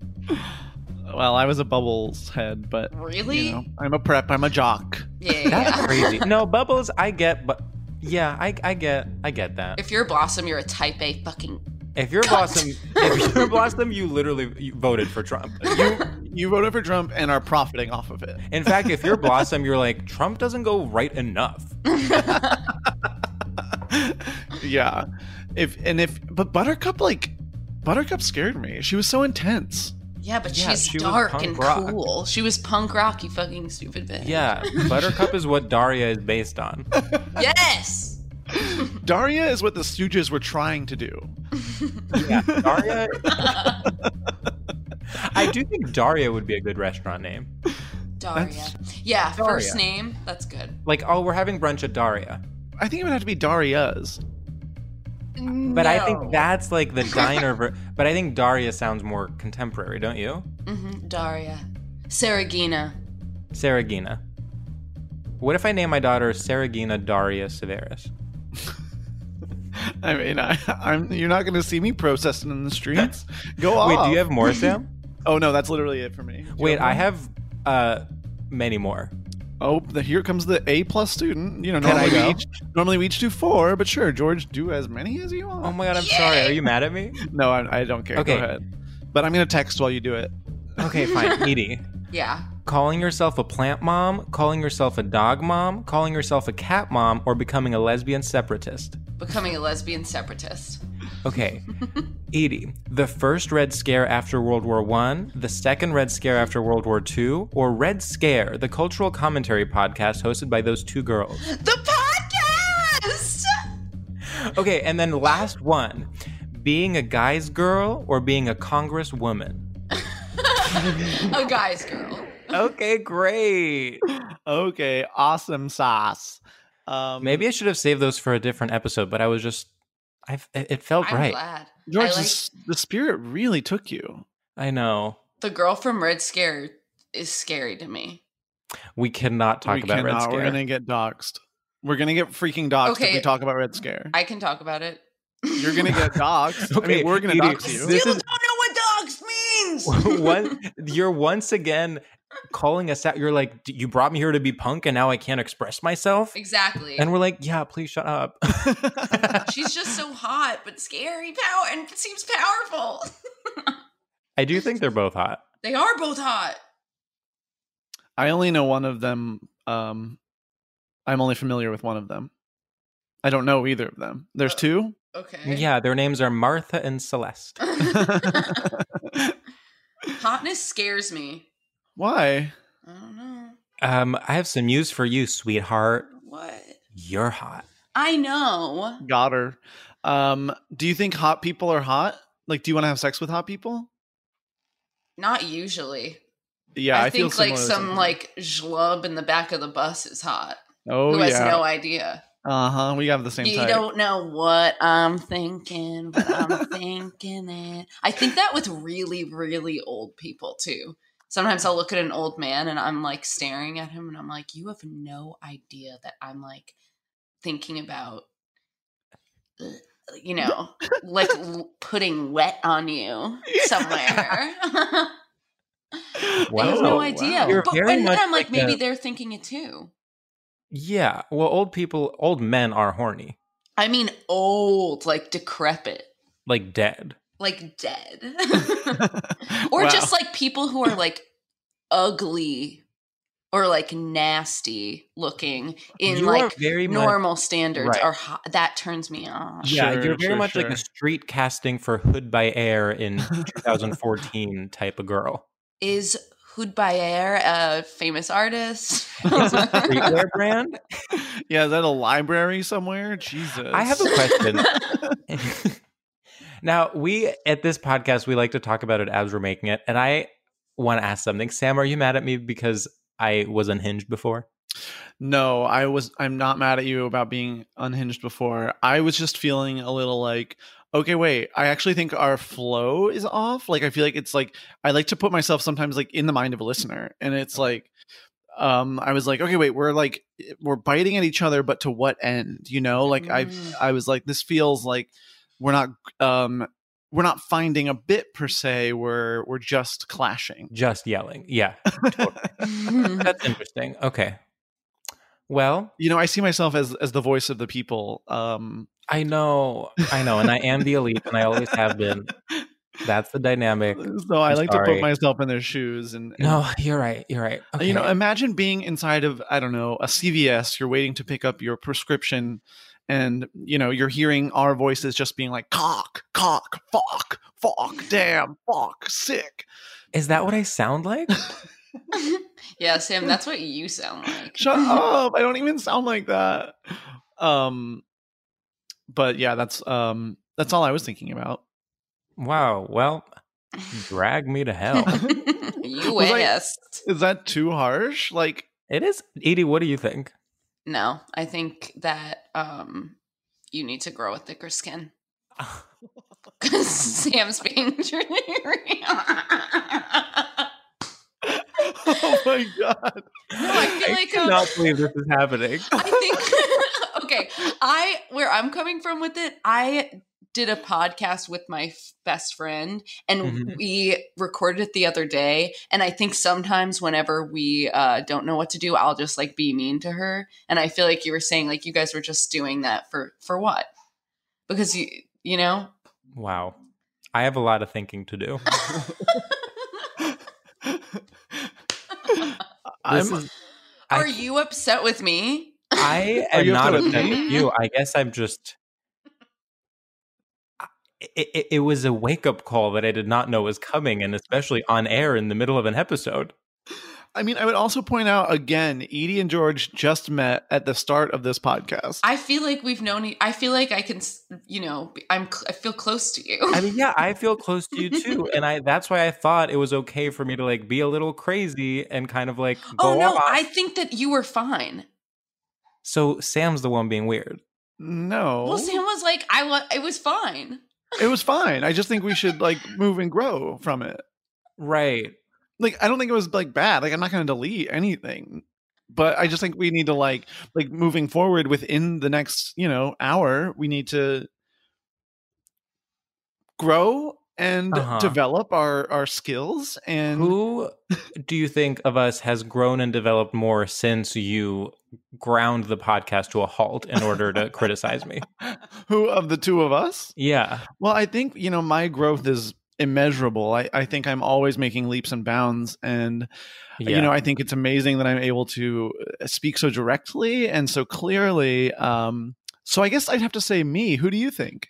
[SPEAKER 2] Well, I was a bubbles head, but
[SPEAKER 4] Really?
[SPEAKER 2] you know, I'm a prep, I'm a jock.
[SPEAKER 4] Yeah. yeah, yeah.
[SPEAKER 3] Crazy. No, Bubbles, I get, but yeah, I, I get, I get that.
[SPEAKER 4] If you're Blossom, you're a type A fucking.
[SPEAKER 3] If you're Blossom, if you're Blossom, you literally you voted for Trump. You,
[SPEAKER 2] You voted for Trump and are profiting off of it.
[SPEAKER 3] in fact, if you're Blossom, you're like Trump doesn't go right enough.
[SPEAKER 2] yeah. If and if but Buttercup like Buttercup scared me. She was so intense.
[SPEAKER 4] Yeah, but
[SPEAKER 3] Yeah,
[SPEAKER 4] she's
[SPEAKER 3] she was
[SPEAKER 4] dark
[SPEAKER 3] punk
[SPEAKER 4] and
[SPEAKER 3] rock.
[SPEAKER 4] cool. She was punk rock, you fucking stupid bitch.
[SPEAKER 3] Yeah, Buttercup is what Daria is based on.
[SPEAKER 4] Yes!
[SPEAKER 2] Daria is what the Stooges were trying to do.
[SPEAKER 3] Yeah, Daria. I do think Daria would be a good restaurant name.
[SPEAKER 4] Daria. Yeah, first name. That's good.
[SPEAKER 3] Like, oh, we're having brunch at Daria,
[SPEAKER 2] I think it would have to be Daria's.
[SPEAKER 3] but I think that's like the diner. Ver- but I think Daria sounds more contemporary, don't you,
[SPEAKER 4] hmm Daria. Saragina.
[SPEAKER 3] Saragina? What if I name my daughter Saragina Daria Severus?
[SPEAKER 2] I mean, I, I'm you're not going to see me protesting in the streets. Go off.
[SPEAKER 3] Wait, do you have more, Sam?
[SPEAKER 2] Oh no, that's literally it for me. Do you
[SPEAKER 3] Wait,
[SPEAKER 2] more?
[SPEAKER 3] I have uh many more.
[SPEAKER 2] Oh, the, here comes the A plus student. You know,
[SPEAKER 3] Can I
[SPEAKER 2] normally we
[SPEAKER 3] go?
[SPEAKER 2] each normally we each do four, but sure, George, do as many as you want.
[SPEAKER 3] Oh my god, I'm sorry. Are you mad at me?
[SPEAKER 2] no, I, I don't care.
[SPEAKER 3] Okay.
[SPEAKER 2] Go ahead. But I'm going to text while you do it.
[SPEAKER 3] Okay, fine. Edie.
[SPEAKER 4] Yeah.
[SPEAKER 3] Calling yourself a plant mom, calling yourself a dog mom, calling yourself a cat mom, or becoming a lesbian separatist.
[SPEAKER 4] Becoming a lesbian separatist.
[SPEAKER 3] Okay. Edie, the first Red Scare after World War One, the second Red Scare after World War Two, or Red Scare, the cultural commentary podcast hosted by those two girls.
[SPEAKER 4] The podcast!
[SPEAKER 3] Okay, and then last one. Being a guy's girl or being a congresswoman.
[SPEAKER 4] A Oh, guy's girl.
[SPEAKER 3] Okay, great.
[SPEAKER 2] Okay, awesome sauce. Um,
[SPEAKER 3] Maybe I should have saved those for a different episode, but I was just, I it felt
[SPEAKER 4] I'm
[SPEAKER 3] right.
[SPEAKER 4] glad.
[SPEAKER 2] George,
[SPEAKER 4] I
[SPEAKER 2] the
[SPEAKER 4] like
[SPEAKER 2] s- the spirit really took you.
[SPEAKER 3] I know
[SPEAKER 4] the girl from Red Scare is scary to me.
[SPEAKER 3] we cannot talk
[SPEAKER 2] we
[SPEAKER 3] about
[SPEAKER 2] cannot.
[SPEAKER 3] Red Scare.
[SPEAKER 2] We're gonna get doxxed. We're gonna get freaking doxxed if
[SPEAKER 4] Okay.
[SPEAKER 2] we talk about Red Scare.
[SPEAKER 4] I can talk about it.
[SPEAKER 2] You're gonna get doxxed. I
[SPEAKER 3] Okay,
[SPEAKER 2] mean, we're gonna
[SPEAKER 3] Edie,
[SPEAKER 2] dox you.
[SPEAKER 3] This
[SPEAKER 4] Still
[SPEAKER 3] is-
[SPEAKER 4] don't know what dogs means!
[SPEAKER 3] One, you're once again calling us out. You're like, "D- you brought me here to be punk, and now I can't express myself.
[SPEAKER 4] Exactly.
[SPEAKER 3] And we're like, yeah, please shut up.
[SPEAKER 4] She's just so hot, but scary power and seems powerful.
[SPEAKER 3] I do think they're both hot.
[SPEAKER 4] They are both hot.
[SPEAKER 2] I only know one of them. Um, I'm only familiar with one of them. I don't know either of them. There's two.
[SPEAKER 4] Okay.
[SPEAKER 3] Yeah, their names are Martha and Celeste.
[SPEAKER 4] Hotness scares me.
[SPEAKER 2] Why?
[SPEAKER 4] I don't know.
[SPEAKER 3] Um, I have some news for you, sweetheart.
[SPEAKER 4] What?
[SPEAKER 3] You're hot.
[SPEAKER 4] I know.
[SPEAKER 2] Got her. Um, do you think hot people are hot? Like, do you want to have sex with hot people?
[SPEAKER 4] Not usually.
[SPEAKER 2] Yeah, I,
[SPEAKER 4] I,
[SPEAKER 2] feel
[SPEAKER 4] think
[SPEAKER 2] similar
[SPEAKER 4] like
[SPEAKER 2] to
[SPEAKER 4] some
[SPEAKER 2] something.
[SPEAKER 4] like schlub in the back of the bus is hot.
[SPEAKER 2] oh
[SPEAKER 4] who has
[SPEAKER 2] yeah,
[SPEAKER 4] no idea.
[SPEAKER 2] uh huh. We have the same
[SPEAKER 4] you
[SPEAKER 2] type.
[SPEAKER 4] don't know what I'm thinking, but I'm thinking it. I think that with really, really old people too. Sometimes I'll look at an old man and I'm like staring at him and I'm like, you have no idea that I'm like thinking about, uh, you know, like l- putting wet on you somewhere. I have
[SPEAKER 3] Wow.
[SPEAKER 4] no idea.
[SPEAKER 3] You're
[SPEAKER 4] But,
[SPEAKER 3] very
[SPEAKER 4] and then
[SPEAKER 3] much
[SPEAKER 4] I'm like,
[SPEAKER 3] like a-
[SPEAKER 4] maybe they're thinking it too.
[SPEAKER 3] Yeah. Well, old people, old men are horny,
[SPEAKER 4] I mean, old, like decrepit.
[SPEAKER 3] like dead.
[SPEAKER 4] like dead or just like people who are like ugly or like nasty looking in
[SPEAKER 3] You are
[SPEAKER 4] like
[SPEAKER 3] very much-
[SPEAKER 4] normal standards
[SPEAKER 3] Right.
[SPEAKER 4] are hot. that turns me on.
[SPEAKER 3] Yeah,
[SPEAKER 2] Sure,
[SPEAKER 3] you're very
[SPEAKER 2] sure,
[SPEAKER 3] much like
[SPEAKER 2] sure.
[SPEAKER 3] a street casting for Hood by Air in 2014 type of girl.
[SPEAKER 4] Is Hudbayer a famous artist?
[SPEAKER 3] Streetwear brand.
[SPEAKER 2] yeah, is that a library somewhere? Jesus.
[SPEAKER 3] I have a question. now, we at this podcast, we like to talk about it as we're making it. And I want to ask something. Sam, are you mad at me because I was unhinged before?
[SPEAKER 2] No, I was I'm not mad at you about being unhinged before. I was just feeling a little like okay, wait, I actually think our flow is off. Like I feel like it's like I like to put myself sometimes like in the mind of a listener and it's like um I was like okay, wait, we're like we're biting at each other but to what end, you know? Like I
[SPEAKER 4] Mm.
[SPEAKER 2] I was like this feels like we're not um we're not finding a bit per se, we're we're just clashing.
[SPEAKER 3] Just yelling. Yeah. That's interesting. Okay. Well,
[SPEAKER 2] You know, I see myself as as the voice of the people. Um
[SPEAKER 3] I know. I know. And I am the elite, and I always have been. That's the dynamic.
[SPEAKER 2] So I
[SPEAKER 3] I'm
[SPEAKER 2] like to
[SPEAKER 3] sorry.
[SPEAKER 2] put myself in their shoes and, and-
[SPEAKER 3] No, you're right. You're right. Okay.
[SPEAKER 2] Uh, you know, imagine being inside of I don't know a CVS. You're waiting to pick up your prescription, and you know you're hearing our voices just being like cock, cock, fuck, fuck, damn, fuck, sick.
[SPEAKER 3] Is that what I sound like?
[SPEAKER 4] yeah, Sam, that's what you sound like.
[SPEAKER 2] Shut up! I don't even sound like that. Um, but yeah, that's um that's all I was thinking about.
[SPEAKER 3] Wow. Well, drag me to hell.
[SPEAKER 4] you
[SPEAKER 2] Was I-
[SPEAKER 4] asked.
[SPEAKER 2] Is that too harsh? Like
[SPEAKER 3] It is. Edie, what do you think?
[SPEAKER 4] No, I think that um, you need to grow a thicker skin.
[SPEAKER 2] Uh,
[SPEAKER 4] Because Sam's being dreary.
[SPEAKER 2] oh my god!
[SPEAKER 4] No, I feel like, um,
[SPEAKER 3] cannot believe this is happening.
[SPEAKER 4] I think okay. I where I'm coming from with it, I did a podcast with my f- best friend and
[SPEAKER 3] Mhm.
[SPEAKER 4] we recorded it the other day and I think sometimes whenever we uh don't know what to do, I'll just like be mean to her and I feel like you were saying like you guys were just doing that for for what? Because you you know?
[SPEAKER 3] Wow. I have a lot of thinking to do. This
[SPEAKER 2] I'm
[SPEAKER 3] is- I-
[SPEAKER 4] Are you upset with me?
[SPEAKER 3] I
[SPEAKER 2] Are
[SPEAKER 3] am
[SPEAKER 2] you upset
[SPEAKER 3] not
[SPEAKER 2] with
[SPEAKER 3] upset
[SPEAKER 4] me?
[SPEAKER 3] with you. I guess I'm just. I- It, it was a wake up call that I did not know was coming, and especially on air in the middle of an episode.
[SPEAKER 2] I mean, I would also point out again, Edie and George just met at the start of this podcast.
[SPEAKER 4] I feel like we've known e- I feel like I can, s- you know, be- I'm cl- I feel close to you.
[SPEAKER 3] I mean, yeah, I feel close to you too, and I that's why I thought it was okay for me to like be a little crazy and kind of like go
[SPEAKER 4] Oh no,
[SPEAKER 3] off.
[SPEAKER 4] I think that you were fine.
[SPEAKER 3] so Sam's the one being weird.
[SPEAKER 2] no,
[SPEAKER 3] Oh.
[SPEAKER 4] Well, Sam was like, I wa- it was fine.
[SPEAKER 2] it was fine. I just think we should like move and grow from it.
[SPEAKER 3] Right.
[SPEAKER 2] Like, I don't think it was like bad. Like, I'm not going to delete anything, but I just think we need to like, like moving forward within the next, you know, hour, we need to grow and
[SPEAKER 3] Uh-huh.
[SPEAKER 2] develop our our skills and
[SPEAKER 3] Who do you think of us has grown and developed more since you ground the podcast to a halt in order to criticize me?
[SPEAKER 2] who of the two of us
[SPEAKER 3] Yeah.
[SPEAKER 2] Well, I think, you know, my growth is immeasurable. I, I think I'm always making leaps and bounds. And,
[SPEAKER 3] Yeah.
[SPEAKER 2] you know, I think it's amazing that I'm able to uh, speak so directly and so clearly. Um, so I guess I'd have to say me. Who do you think?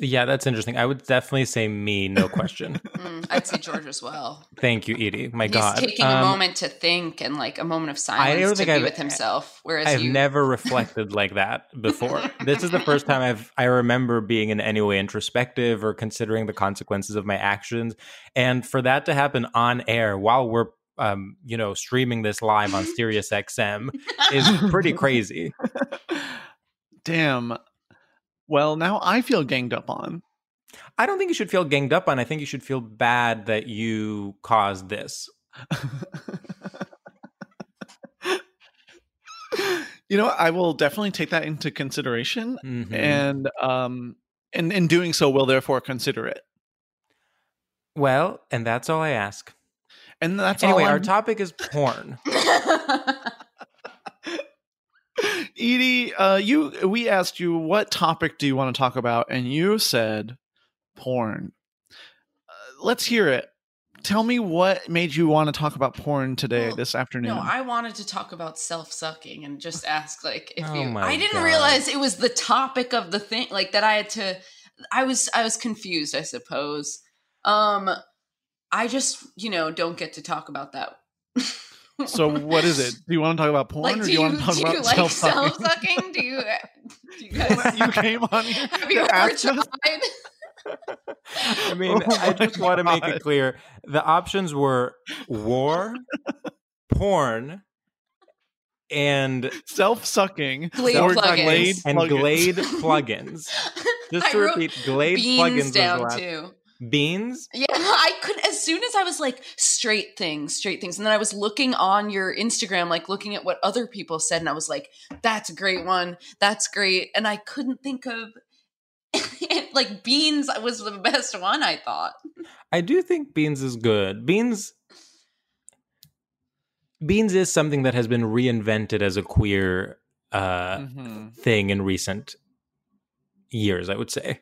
[SPEAKER 3] yeah, that's interesting. I would definitely say me, no question.
[SPEAKER 4] Mm, I'd say George as well.
[SPEAKER 3] Thank you, Edie. My
[SPEAKER 4] He's
[SPEAKER 3] God.
[SPEAKER 4] taking
[SPEAKER 3] Um,
[SPEAKER 4] a moment to think and like a moment of silence
[SPEAKER 3] don't
[SPEAKER 4] to
[SPEAKER 3] think
[SPEAKER 4] be
[SPEAKER 3] I've-
[SPEAKER 4] with himself. Whereas
[SPEAKER 3] I have
[SPEAKER 4] you,
[SPEAKER 3] never reflected like that before. this is the first time I've I remember being in any way introspective or considering the consequences of my actions, and for that to happen on air while we're um, you know streaming this live on Sirius XM is pretty crazy.
[SPEAKER 2] Damn. Well, now I feel ganged up on.
[SPEAKER 3] I don't think you should feel ganged up on. I think you should feel bad that you caused this.
[SPEAKER 2] you know, I will definitely take that into consideration.
[SPEAKER 3] Mhm.
[SPEAKER 2] And, um, and in doing so, will therefore consider it.
[SPEAKER 3] well, and that's all I ask.
[SPEAKER 2] And that's
[SPEAKER 3] anyway,
[SPEAKER 2] all
[SPEAKER 3] our
[SPEAKER 2] I'm-
[SPEAKER 3] topic is porn.
[SPEAKER 2] Edie, uh, you we asked you what topic do you want to talk about, and you said porn. Uh, let's hear it. tell me what made you want to talk about porn today,
[SPEAKER 4] Well,
[SPEAKER 2] this afternoon.
[SPEAKER 4] No, I wanted to talk about self sucking and just ask, like, if
[SPEAKER 3] Oh
[SPEAKER 4] you.
[SPEAKER 3] my
[SPEAKER 4] I didn't
[SPEAKER 3] God.
[SPEAKER 4] realize it was the topic of the thing, like that. I had to. I was I was confused. I suppose. Um, I just you know don't get to talk about that.
[SPEAKER 2] so what is it? Do you want to talk about porn
[SPEAKER 4] Like,
[SPEAKER 2] or
[SPEAKER 4] do
[SPEAKER 2] do
[SPEAKER 4] you,
[SPEAKER 2] you, want to talk
[SPEAKER 4] do you
[SPEAKER 2] about
[SPEAKER 4] like self
[SPEAKER 2] self-fucking?
[SPEAKER 4] sucking? Do you? Do you guys?
[SPEAKER 2] you came on here
[SPEAKER 4] have you
[SPEAKER 2] to
[SPEAKER 4] ever
[SPEAKER 2] ask
[SPEAKER 4] tried?
[SPEAKER 2] us?
[SPEAKER 3] I mean,
[SPEAKER 2] Oh
[SPEAKER 3] I just
[SPEAKER 2] my
[SPEAKER 3] want to make
[SPEAKER 2] God.
[SPEAKER 3] it clear the options were war, porn, and
[SPEAKER 2] Self-sucking
[SPEAKER 4] Glade
[SPEAKER 2] or
[SPEAKER 4] plugins.
[SPEAKER 2] Glade
[SPEAKER 3] and
[SPEAKER 2] plugins.
[SPEAKER 3] Glade plugins. Just
[SPEAKER 4] I
[SPEAKER 3] to
[SPEAKER 4] wrote
[SPEAKER 3] repeat, Glade
[SPEAKER 4] beans
[SPEAKER 3] plugins
[SPEAKER 4] down
[SPEAKER 3] was the last.
[SPEAKER 4] too.
[SPEAKER 3] Beans.
[SPEAKER 4] Yeah, I could as soon as I was like straight things, straight things, and then I was looking on your Instagram, like looking at what other people said, and I was like, "That's a great one. That's great," and I couldn't think of like beans was the best one. I thought
[SPEAKER 3] I do think beans is good. Beans. Beans is something that has been reinvented as a queer uh,
[SPEAKER 2] Mhm.
[SPEAKER 4] Mm-hmm.
[SPEAKER 3] thing in recent years. I would say,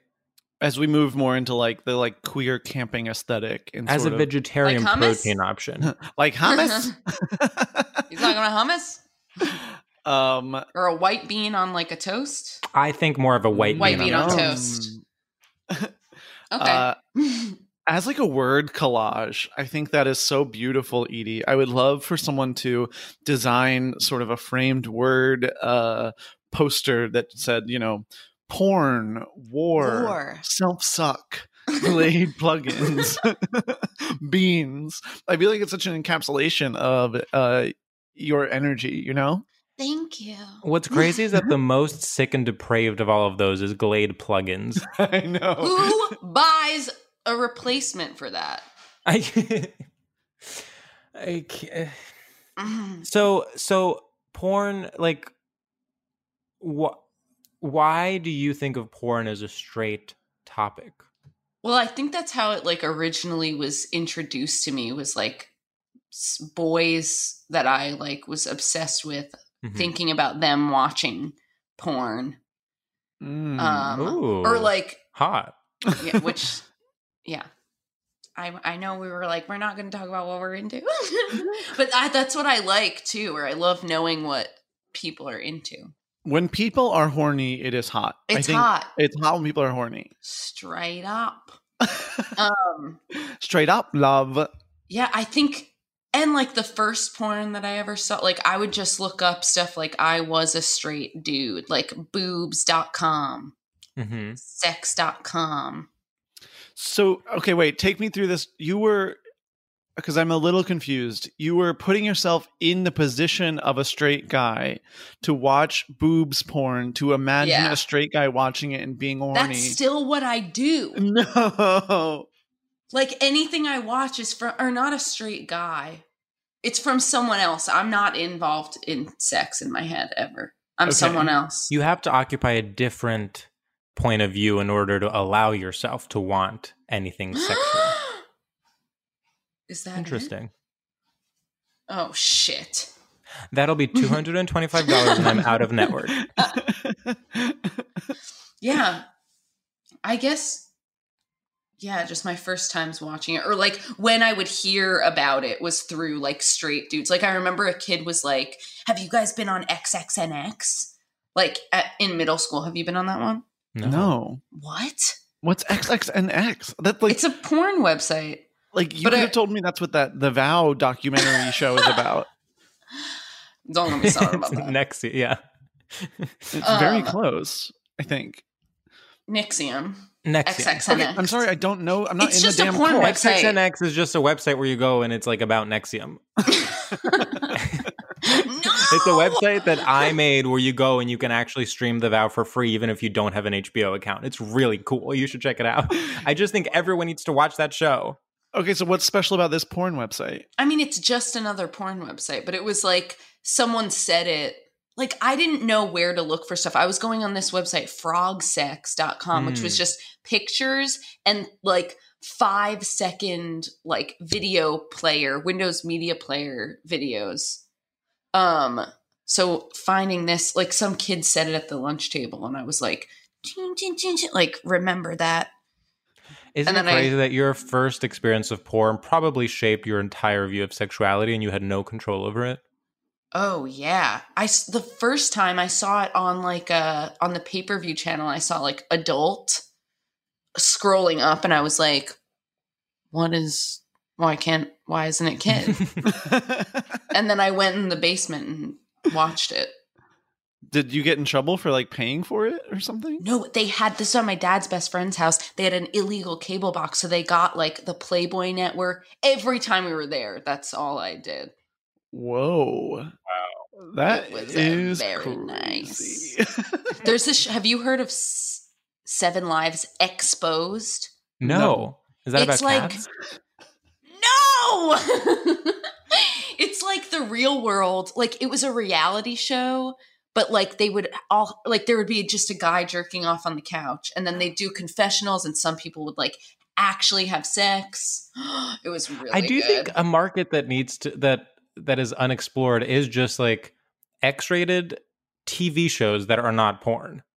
[SPEAKER 2] As we move more into like the like queer camping aesthetic and
[SPEAKER 3] as a
[SPEAKER 2] sort of-
[SPEAKER 3] vegetarian
[SPEAKER 4] Like hummus?
[SPEAKER 3] protein option.
[SPEAKER 2] like hummus.
[SPEAKER 4] he's not gonna hummus
[SPEAKER 2] um,
[SPEAKER 4] or a white bean on like a toast.
[SPEAKER 3] I think more of a white,
[SPEAKER 4] White bean on
[SPEAKER 3] toast.
[SPEAKER 4] toast. Okay,
[SPEAKER 2] Uh, as like a word collage i think that is so beautiful edie i would love for someone to design sort of a framed word uh poster that said you know porn war,
[SPEAKER 4] War.
[SPEAKER 2] self-suck blade plugins beans i feel like it's such an encapsulation of uh your energy you know
[SPEAKER 4] thank you.
[SPEAKER 3] What's crazy is that the most sick and depraved of all of those is Glade plugins.
[SPEAKER 2] i know
[SPEAKER 4] Who buys a replacement for that?
[SPEAKER 3] I, I can't.
[SPEAKER 4] Mm.
[SPEAKER 3] So so porn like what why do you think of porn as a straight topic?
[SPEAKER 4] Well, I think that's how it like originally was introduced to me was like s- boys that I like was obsessed with
[SPEAKER 2] Mm-hmm.
[SPEAKER 3] Mhm.
[SPEAKER 4] thinking about them watching porn
[SPEAKER 2] Mm.
[SPEAKER 4] um
[SPEAKER 3] Ooh.
[SPEAKER 4] or like
[SPEAKER 3] Hot.
[SPEAKER 4] yeah, which yeah. I I know we were like we're not going to talk about what we're into. but I, that's what I like too or I love knowing what people are into.
[SPEAKER 2] when people are horny it is hot I
[SPEAKER 4] It's
[SPEAKER 2] think
[SPEAKER 4] hot.
[SPEAKER 2] it's hot when people are horny
[SPEAKER 4] Straight up. um
[SPEAKER 2] straight up love
[SPEAKER 4] Yeah, I think and like the first porn that I ever saw, like I would just look up stuff like I was a straight dude, like boobs.com,
[SPEAKER 3] Mm-hmm.
[SPEAKER 4] sex.com.
[SPEAKER 2] So, okay, wait, take me through this. You were, because I'm a little confused, you were putting yourself in the position of a straight guy to watch boobs porn, to imagine
[SPEAKER 4] Yeah.
[SPEAKER 2] a straight guy watching it and being horny.
[SPEAKER 4] That's still what I do.
[SPEAKER 3] Mm.
[SPEAKER 2] no.
[SPEAKER 4] Like anything I watch is from or not a straight guy. It's from someone else. I'm not involved in sex in my head ever. I'm
[SPEAKER 2] Okay.
[SPEAKER 4] someone else.
[SPEAKER 3] You have to occupy a different point of view in order to allow yourself to want anything sexual.
[SPEAKER 4] is that it?
[SPEAKER 3] Interesting.
[SPEAKER 4] Oh shit.
[SPEAKER 3] That'll be two hundred and twenty-five dollars, and I'm out of network.
[SPEAKER 4] yeah i guess yeah just my first times watching it or like when i would hear about it was through like straight dudes like i remember a kid was like have you guys been on xxnx like at, in middle school have you been on that one
[SPEAKER 3] No.
[SPEAKER 2] no.
[SPEAKER 4] what
[SPEAKER 2] What's XX and X? That's like,
[SPEAKER 4] it's a porn website
[SPEAKER 2] like you
[SPEAKER 4] but
[SPEAKER 2] could
[SPEAKER 4] I-
[SPEAKER 2] have told me that's what that The Vow documentary show is about.
[SPEAKER 4] don't let me
[SPEAKER 3] It's
[SPEAKER 4] sound about that
[SPEAKER 3] Next, yeah.
[SPEAKER 2] It's very
[SPEAKER 4] Um,
[SPEAKER 2] close, I think.
[SPEAKER 4] nixium
[SPEAKER 3] Next.
[SPEAKER 4] xxnx
[SPEAKER 2] Okay, I'm sorry, I don't know. I'm not
[SPEAKER 4] It's
[SPEAKER 2] in
[SPEAKER 4] just a
[SPEAKER 2] the damn
[SPEAKER 4] porn
[SPEAKER 2] cult.
[SPEAKER 4] website.
[SPEAKER 3] XXNX is just a website where you go and it's like about Nexium. It's a website that
[SPEAKER 4] Oh.
[SPEAKER 3] I made where you go and you can actually stream The Vow for free, even if you don't have an HBO account. It's really cool. You should check it out. I just think everyone needs to watch that show.
[SPEAKER 2] Okay, so what's special about this porn website?
[SPEAKER 4] I mean, it's just another porn website, but it was like someone said it. Like I didn't know where to look for stuff. I was going on this website, frogsex.com, which was
[SPEAKER 3] Hmm.
[SPEAKER 4] just pictures and like five second like video player, Windows Media Player videos. Um, so finding this, like some kid said it at the lunch table, and I was like, "Ching, ching, ching, ching," like remember that.
[SPEAKER 3] Isn't
[SPEAKER 4] And
[SPEAKER 3] it
[SPEAKER 4] then I-
[SPEAKER 3] crazy that your first experience of porn probably shaped your entire view of sexuality and you had no control over it?
[SPEAKER 4] Oh yeah. I s- the first time I saw it on like a on the pay-per-view channel, I saw like adult scrolling up and I was like what is why can't why isn't it kid? and then I went in the basement and watched it.
[SPEAKER 2] Did you get in trouble for like paying for it or something?
[SPEAKER 4] No, they had this on my dad's best friend's house. They had an illegal cable box, so they got like the Playboy network every time we were there. That's all I did.
[SPEAKER 2] Whoa. Wow. That
[SPEAKER 4] It was, uh,
[SPEAKER 2] is
[SPEAKER 4] very
[SPEAKER 2] crazy.
[SPEAKER 4] There's this. Have you heard of S- Seven Lives Exposed?
[SPEAKER 3] No.
[SPEAKER 2] No.
[SPEAKER 3] Is that
[SPEAKER 4] It's
[SPEAKER 3] about
[SPEAKER 4] like-
[SPEAKER 3] cats?
[SPEAKER 4] No! it's like the real world. Like it was a reality show, but like they would all like there would be just a guy jerking off on the couch and then they do confessionals and some people would like actually have sex. It was really
[SPEAKER 3] I do
[SPEAKER 4] good.
[SPEAKER 3] think uh a market that needs to that that is unexplored is just like X-rated TV shows that are not porn.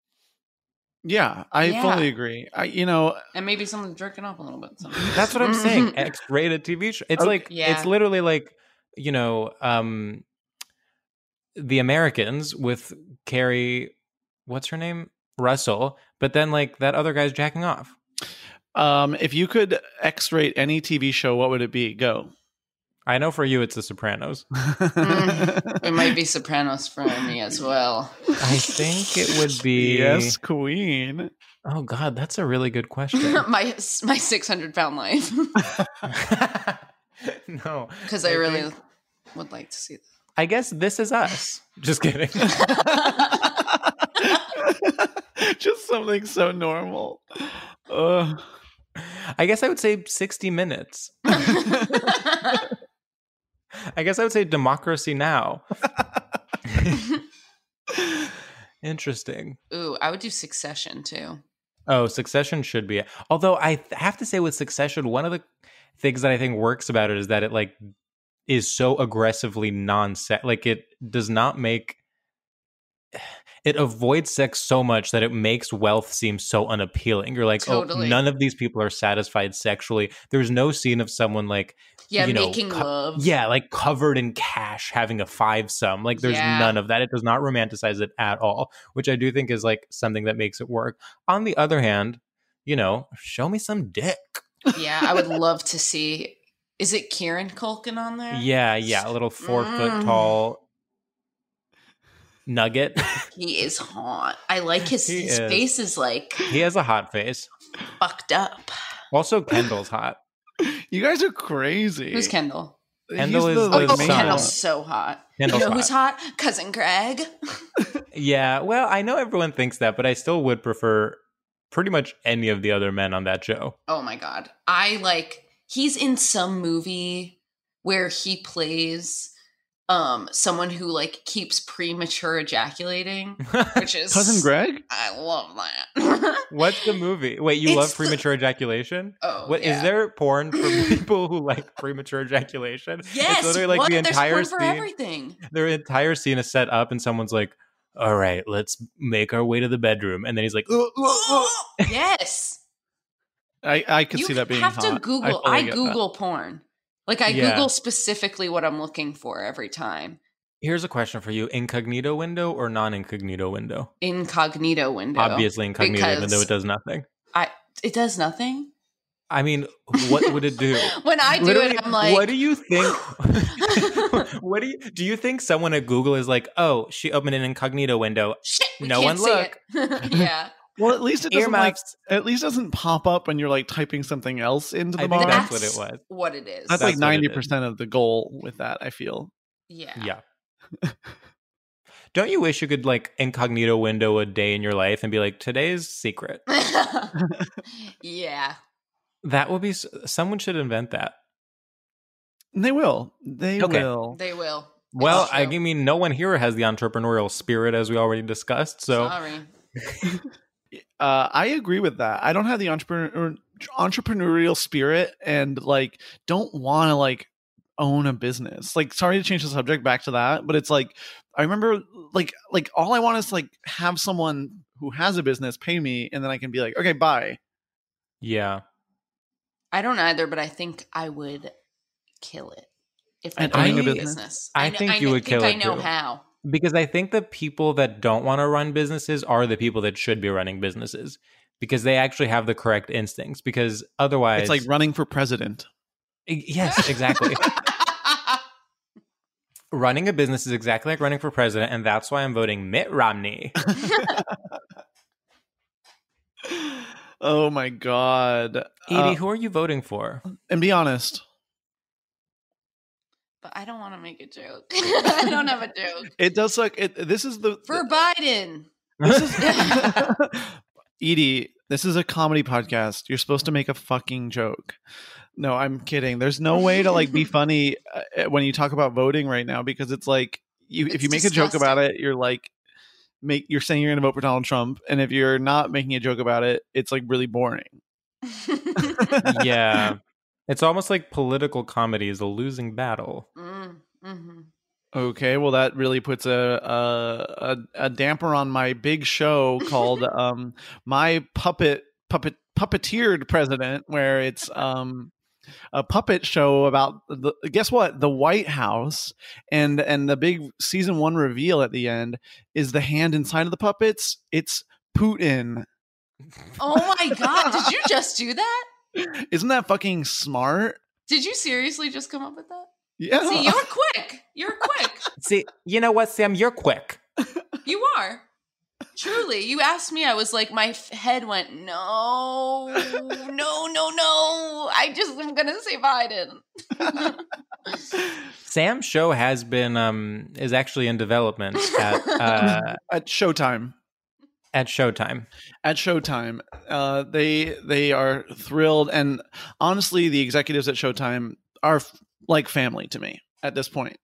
[SPEAKER 2] Yeah, I
[SPEAKER 4] Yeah.
[SPEAKER 2] fully agree. I, you know,
[SPEAKER 4] and maybe someone jerking off a little bit. sometimes.
[SPEAKER 3] That's what I'm saying. X-rated TV show. It's
[SPEAKER 2] Oh,
[SPEAKER 3] like
[SPEAKER 4] yeah.
[SPEAKER 3] it's literally like you know um the Americans with Carrie, what's her name, Russell. But then like that other guy's jacking off.
[SPEAKER 2] um, if you could X-rate any TV show, what would it be? Go.
[SPEAKER 3] I know for you it's The Sopranos.
[SPEAKER 4] it might be Sopranos for me as well.
[SPEAKER 3] I think it would be.
[SPEAKER 2] yes, Queen.
[SPEAKER 3] Oh God, that's a really good question.
[SPEAKER 4] my my 600 pound life
[SPEAKER 3] no,
[SPEAKER 4] because I really
[SPEAKER 3] think-
[SPEAKER 4] would like to see
[SPEAKER 3] I guess this is us. Just kidding.
[SPEAKER 4] that.
[SPEAKER 2] Just something so normal. Uh,
[SPEAKER 3] I guess I would say sixty minutes. I guess I would say Democracy Now. Interesting.
[SPEAKER 4] Ooh, I would do Succession too.
[SPEAKER 3] Oh, Succession should be. Although I th- have to say, with Succession, one of the things that I think works about it is that it like is so aggressively non-sex. Like it does not make it avoids sex so much that it makes wealth seem so unappealing. You're like, oh,
[SPEAKER 4] Totally.
[SPEAKER 3] none of these people are satisfied sexually. There's no scene of someone like,
[SPEAKER 4] Yeah,
[SPEAKER 3] You know,
[SPEAKER 4] making
[SPEAKER 3] co-
[SPEAKER 4] love.
[SPEAKER 3] yeah, like covered in cash having a five sum. Like there's
[SPEAKER 4] Yeah.
[SPEAKER 3] none of that. It does not romanticize it at all, which I do think is like something that makes it work. On the other hand, you know, show me some dick.
[SPEAKER 4] yeah, I would love to see. Is it Kieran Culkin on there?
[SPEAKER 3] Yeah, yeah, a little four
[SPEAKER 4] Mm.
[SPEAKER 3] foot tall nugget.
[SPEAKER 4] he is hot. I like his
[SPEAKER 3] He
[SPEAKER 4] his
[SPEAKER 3] is.
[SPEAKER 4] face is like
[SPEAKER 3] he has a hot face.
[SPEAKER 4] fucked up.
[SPEAKER 3] Also, Kendall's hot.
[SPEAKER 2] you guys are crazy.
[SPEAKER 4] Who's Kendall?
[SPEAKER 2] He's
[SPEAKER 3] Kendall is
[SPEAKER 4] Oh,
[SPEAKER 3] the
[SPEAKER 4] oh
[SPEAKER 3] main
[SPEAKER 4] Kendall's
[SPEAKER 3] one.
[SPEAKER 4] so hot.
[SPEAKER 3] Kendall's
[SPEAKER 4] you know who's hot? Cousin Greg.
[SPEAKER 3] Yeah, well, I know everyone thinks that, but I still would prefer pretty much any of the other men on that show.
[SPEAKER 4] Oh my god. I like he's in some movie where he plays um someone who like keeps premature ejaculating, which is
[SPEAKER 2] cousin Greg.
[SPEAKER 4] I love that.
[SPEAKER 3] What's the movie? Wait, you
[SPEAKER 4] It's
[SPEAKER 3] love
[SPEAKER 4] the-
[SPEAKER 3] premature ejaculation?
[SPEAKER 4] Oh,
[SPEAKER 3] What is
[SPEAKER 4] yeah.
[SPEAKER 3] there porn for people who like premature ejaculation?
[SPEAKER 4] Yes,
[SPEAKER 3] it's literally like
[SPEAKER 4] what?
[SPEAKER 3] the
[SPEAKER 4] There's
[SPEAKER 3] entire
[SPEAKER 4] one for
[SPEAKER 3] scene.
[SPEAKER 4] everything.
[SPEAKER 3] Their entire scene is set up, and someone's like, "All right, let's make our way to the bedroom," and then he's like, "Ugh, ugh, ugh."
[SPEAKER 4] yes.
[SPEAKER 2] I I could
[SPEAKER 4] you
[SPEAKER 2] see that being
[SPEAKER 4] have to
[SPEAKER 2] hot. fully
[SPEAKER 4] Google. I,
[SPEAKER 2] get that.
[SPEAKER 4] Google porn. Like I
[SPEAKER 3] Yeah.
[SPEAKER 4] Google specifically what I'm looking for every time.
[SPEAKER 3] Here's a question for you: incognito window or non-incognito window?
[SPEAKER 4] Incognito window.
[SPEAKER 3] Obviously, incognito window.
[SPEAKER 4] because-
[SPEAKER 3] It does nothing.
[SPEAKER 4] It does nothing.
[SPEAKER 3] I mean, what would it do?
[SPEAKER 4] when I do
[SPEAKER 3] Literally,
[SPEAKER 4] it, I'm like,
[SPEAKER 3] what do you think? what do you do? You think someone at Google is like, "Oh, she opened an incognito window.
[SPEAKER 4] Shit, we
[SPEAKER 3] No one
[SPEAKER 4] can't see it." yeah.
[SPEAKER 2] Well, at least it doesn't like,
[SPEAKER 3] Earmuffs."
[SPEAKER 2] at least it doesn't pop up when you're like typing something else into the
[SPEAKER 3] I think
[SPEAKER 2] box.
[SPEAKER 3] that's
[SPEAKER 2] That's,
[SPEAKER 3] what it was.
[SPEAKER 4] What it is.
[SPEAKER 3] That's
[SPEAKER 2] like
[SPEAKER 3] what it
[SPEAKER 2] ninety percent of the goal with that. I feel.
[SPEAKER 4] yeah.
[SPEAKER 3] Yeah. Don't you wish you could like incognito window a day in your life and be like, today's secret?
[SPEAKER 4] Yeah. yeah.
[SPEAKER 3] That would be s- someone should invent that.
[SPEAKER 2] And they will. They
[SPEAKER 3] Okay.
[SPEAKER 2] will.
[SPEAKER 4] They will. It's
[SPEAKER 3] Well, I
[SPEAKER 4] true.
[SPEAKER 3] mean, no one here has the entrepreneurial spirit as we already discussed. So
[SPEAKER 4] sorry.
[SPEAKER 2] Uh, I agree with that. I don't have the entrepreneur entrepreneurial spirit and like don't want to like own a business. Like sorry to change the subject back to that, but it's like I remember like like all I want is like have someone who has a business pay me and then I can be like, "Okay, bye."
[SPEAKER 3] yeah,
[SPEAKER 4] I don't either, but I think I would kill it if
[SPEAKER 2] And
[SPEAKER 4] I
[SPEAKER 3] owning
[SPEAKER 4] owned
[SPEAKER 3] a
[SPEAKER 4] a
[SPEAKER 3] business?
[SPEAKER 4] business.
[SPEAKER 3] I
[SPEAKER 4] kn-
[SPEAKER 3] think you
[SPEAKER 4] kn-
[SPEAKER 3] would kill
[SPEAKER 4] I
[SPEAKER 3] it,
[SPEAKER 4] know
[SPEAKER 3] too.
[SPEAKER 4] how.
[SPEAKER 3] Because I think the people that don't want to run businesses are the people that should be running businesses because they actually have the correct instincts. Because otherwise,
[SPEAKER 2] It's like running for president.
[SPEAKER 3] E- yes, exactly. running a business is exactly like running for president, and that's why I'm voting Mitt Romney.
[SPEAKER 2] Oh my god. Uh,
[SPEAKER 3] Edie, who are you voting for?
[SPEAKER 2] and be honest.
[SPEAKER 4] but I don't want to make a joke. I don't have a joke
[SPEAKER 2] It does suck. It, this is the
[SPEAKER 4] for Biden.
[SPEAKER 2] Edie, this is a comedy podcast. You're supposed to make a fucking joke. No, I'm kidding. There's no way to like be funny uh, when you talk about voting right now because it's like you if
[SPEAKER 4] It's
[SPEAKER 2] you make a joke about it, you're like make you're saying you're going to vote for Donald Trump and if you're not making a joke about it, it's like really boring.
[SPEAKER 3] yeah. It's almost like political comedy is a losing battle.
[SPEAKER 4] Mm, mhm.
[SPEAKER 2] Okay, well that really puts a a a, a damper on my big show called um my puppet puppet puppeteered president where it's um a puppet show about the guess what the White House and and the big season 1 reveal at the end is the hand inside of the puppets it's Putin.
[SPEAKER 4] Oh my god! Did you just do that?
[SPEAKER 2] Isn't that fucking smart?
[SPEAKER 4] Did you seriously just come up with that?
[SPEAKER 2] Yeah.
[SPEAKER 4] See, you're quick. You're quick.
[SPEAKER 3] See, you know what, Sam? You're quick.
[SPEAKER 4] You are. Truly, you asked me. I was like, my f- head went, no, no, no, no. I just am gonna say Biden.
[SPEAKER 3] Sam's show has been um is actually in development at uh,
[SPEAKER 2] at Showtime.
[SPEAKER 3] at Showtime.
[SPEAKER 2] at Showtime. Uh, they they are thrilled, and honestly, the executives at Showtime are f- like family to me at this point.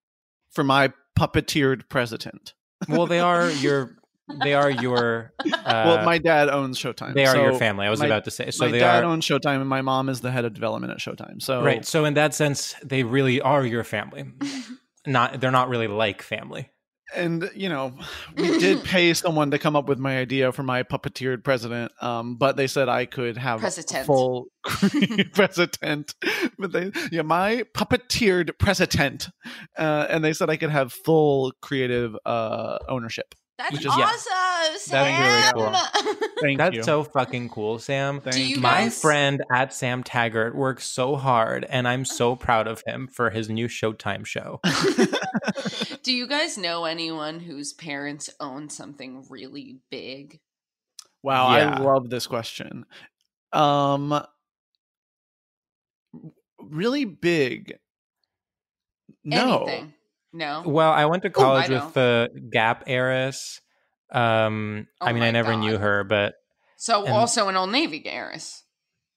[SPEAKER 2] For my puppeteered president,
[SPEAKER 3] Well, they are your they are your uh,
[SPEAKER 2] well, my dad owns Showtime.
[SPEAKER 3] they are your
[SPEAKER 2] so
[SPEAKER 3] family. I was
[SPEAKER 2] my-
[SPEAKER 3] about to say. So
[SPEAKER 2] my
[SPEAKER 3] they
[SPEAKER 2] dad
[SPEAKER 3] are
[SPEAKER 2] owns Showtime, and my mom is the head of development at Showtime. So
[SPEAKER 3] right. So in that sense, they really are your family. Not they're not really like family.
[SPEAKER 2] and you know, we did pay someone to come up with my idea for my puppeteered president, um, but they said I could have
[SPEAKER 4] President.
[SPEAKER 2] full president. But they, yeah, my puppeteered president, uh, and they said I could have full creative uh, ownership.
[SPEAKER 4] That's
[SPEAKER 3] Which is- yeah.
[SPEAKER 4] awesome,
[SPEAKER 3] That'd
[SPEAKER 4] Sam.
[SPEAKER 3] be really
[SPEAKER 2] Thank
[SPEAKER 3] That's
[SPEAKER 2] you.
[SPEAKER 3] so fucking cool, Sam.
[SPEAKER 2] Thank
[SPEAKER 4] Do you
[SPEAKER 3] my
[SPEAKER 4] guys-
[SPEAKER 3] friend at Sam Taggart works so hard, and I'm so proud of him for his new Showtime show.
[SPEAKER 4] Oh, Do you guys know anyone whose parents own something really big?
[SPEAKER 2] Wow,
[SPEAKER 3] Yeah.
[SPEAKER 2] I love this question. Um really big. No.
[SPEAKER 4] Anything? No.
[SPEAKER 3] Well, I went to college
[SPEAKER 4] I
[SPEAKER 3] with the Gap heiress. Um, I
[SPEAKER 4] Oh
[SPEAKER 3] mean, I
[SPEAKER 4] my
[SPEAKER 3] never knew
[SPEAKER 4] God.
[SPEAKER 3] her, but
[SPEAKER 4] So
[SPEAKER 3] And-
[SPEAKER 4] also an old Navy heiress.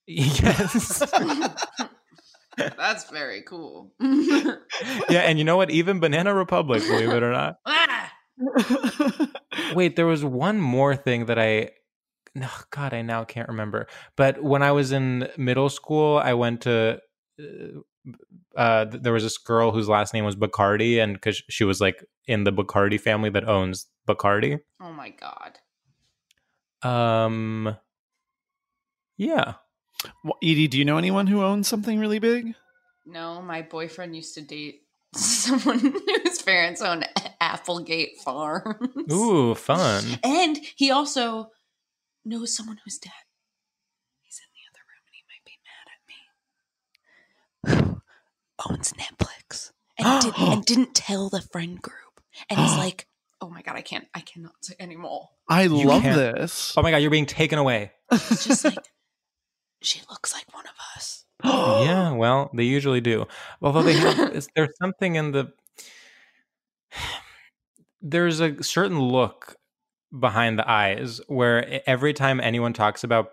[SPEAKER 3] yes,
[SPEAKER 4] That's very cool.
[SPEAKER 3] yeah. And you know what? Even Banana Republic, believe it or not.
[SPEAKER 4] ah!
[SPEAKER 3] Wait, there was one more thing that I. No, God, I now can't remember. But when I was in middle school, I went to. uh, Uh, th- there was this girl whose last name was Bacardi, and because she was like in the Bacardi family that owns Bacardi.
[SPEAKER 4] Oh my god.
[SPEAKER 3] Um, yeah.
[SPEAKER 2] Wha- Edie, do you know anyone who owns something really big?
[SPEAKER 4] No, my boyfriend used to date someone whose parents owned Applegate Farms.
[SPEAKER 3] Ooh, fun.
[SPEAKER 4] And he also knows someone who's dead. He's in the other room and he might be mad at me. Who owns Netflix and, did, and didn't tell the friend group. And he's like, oh my God, I can't, I cannot say anymore.
[SPEAKER 2] I love
[SPEAKER 3] can't-
[SPEAKER 2] this.
[SPEAKER 3] Oh my God, you're being taken away.
[SPEAKER 4] It's just like, she looks like one of us.
[SPEAKER 3] Oh, yeah, well, they usually do. Although they have, is there's something in the there's a certain look behind the eyes where e- every time anyone talks about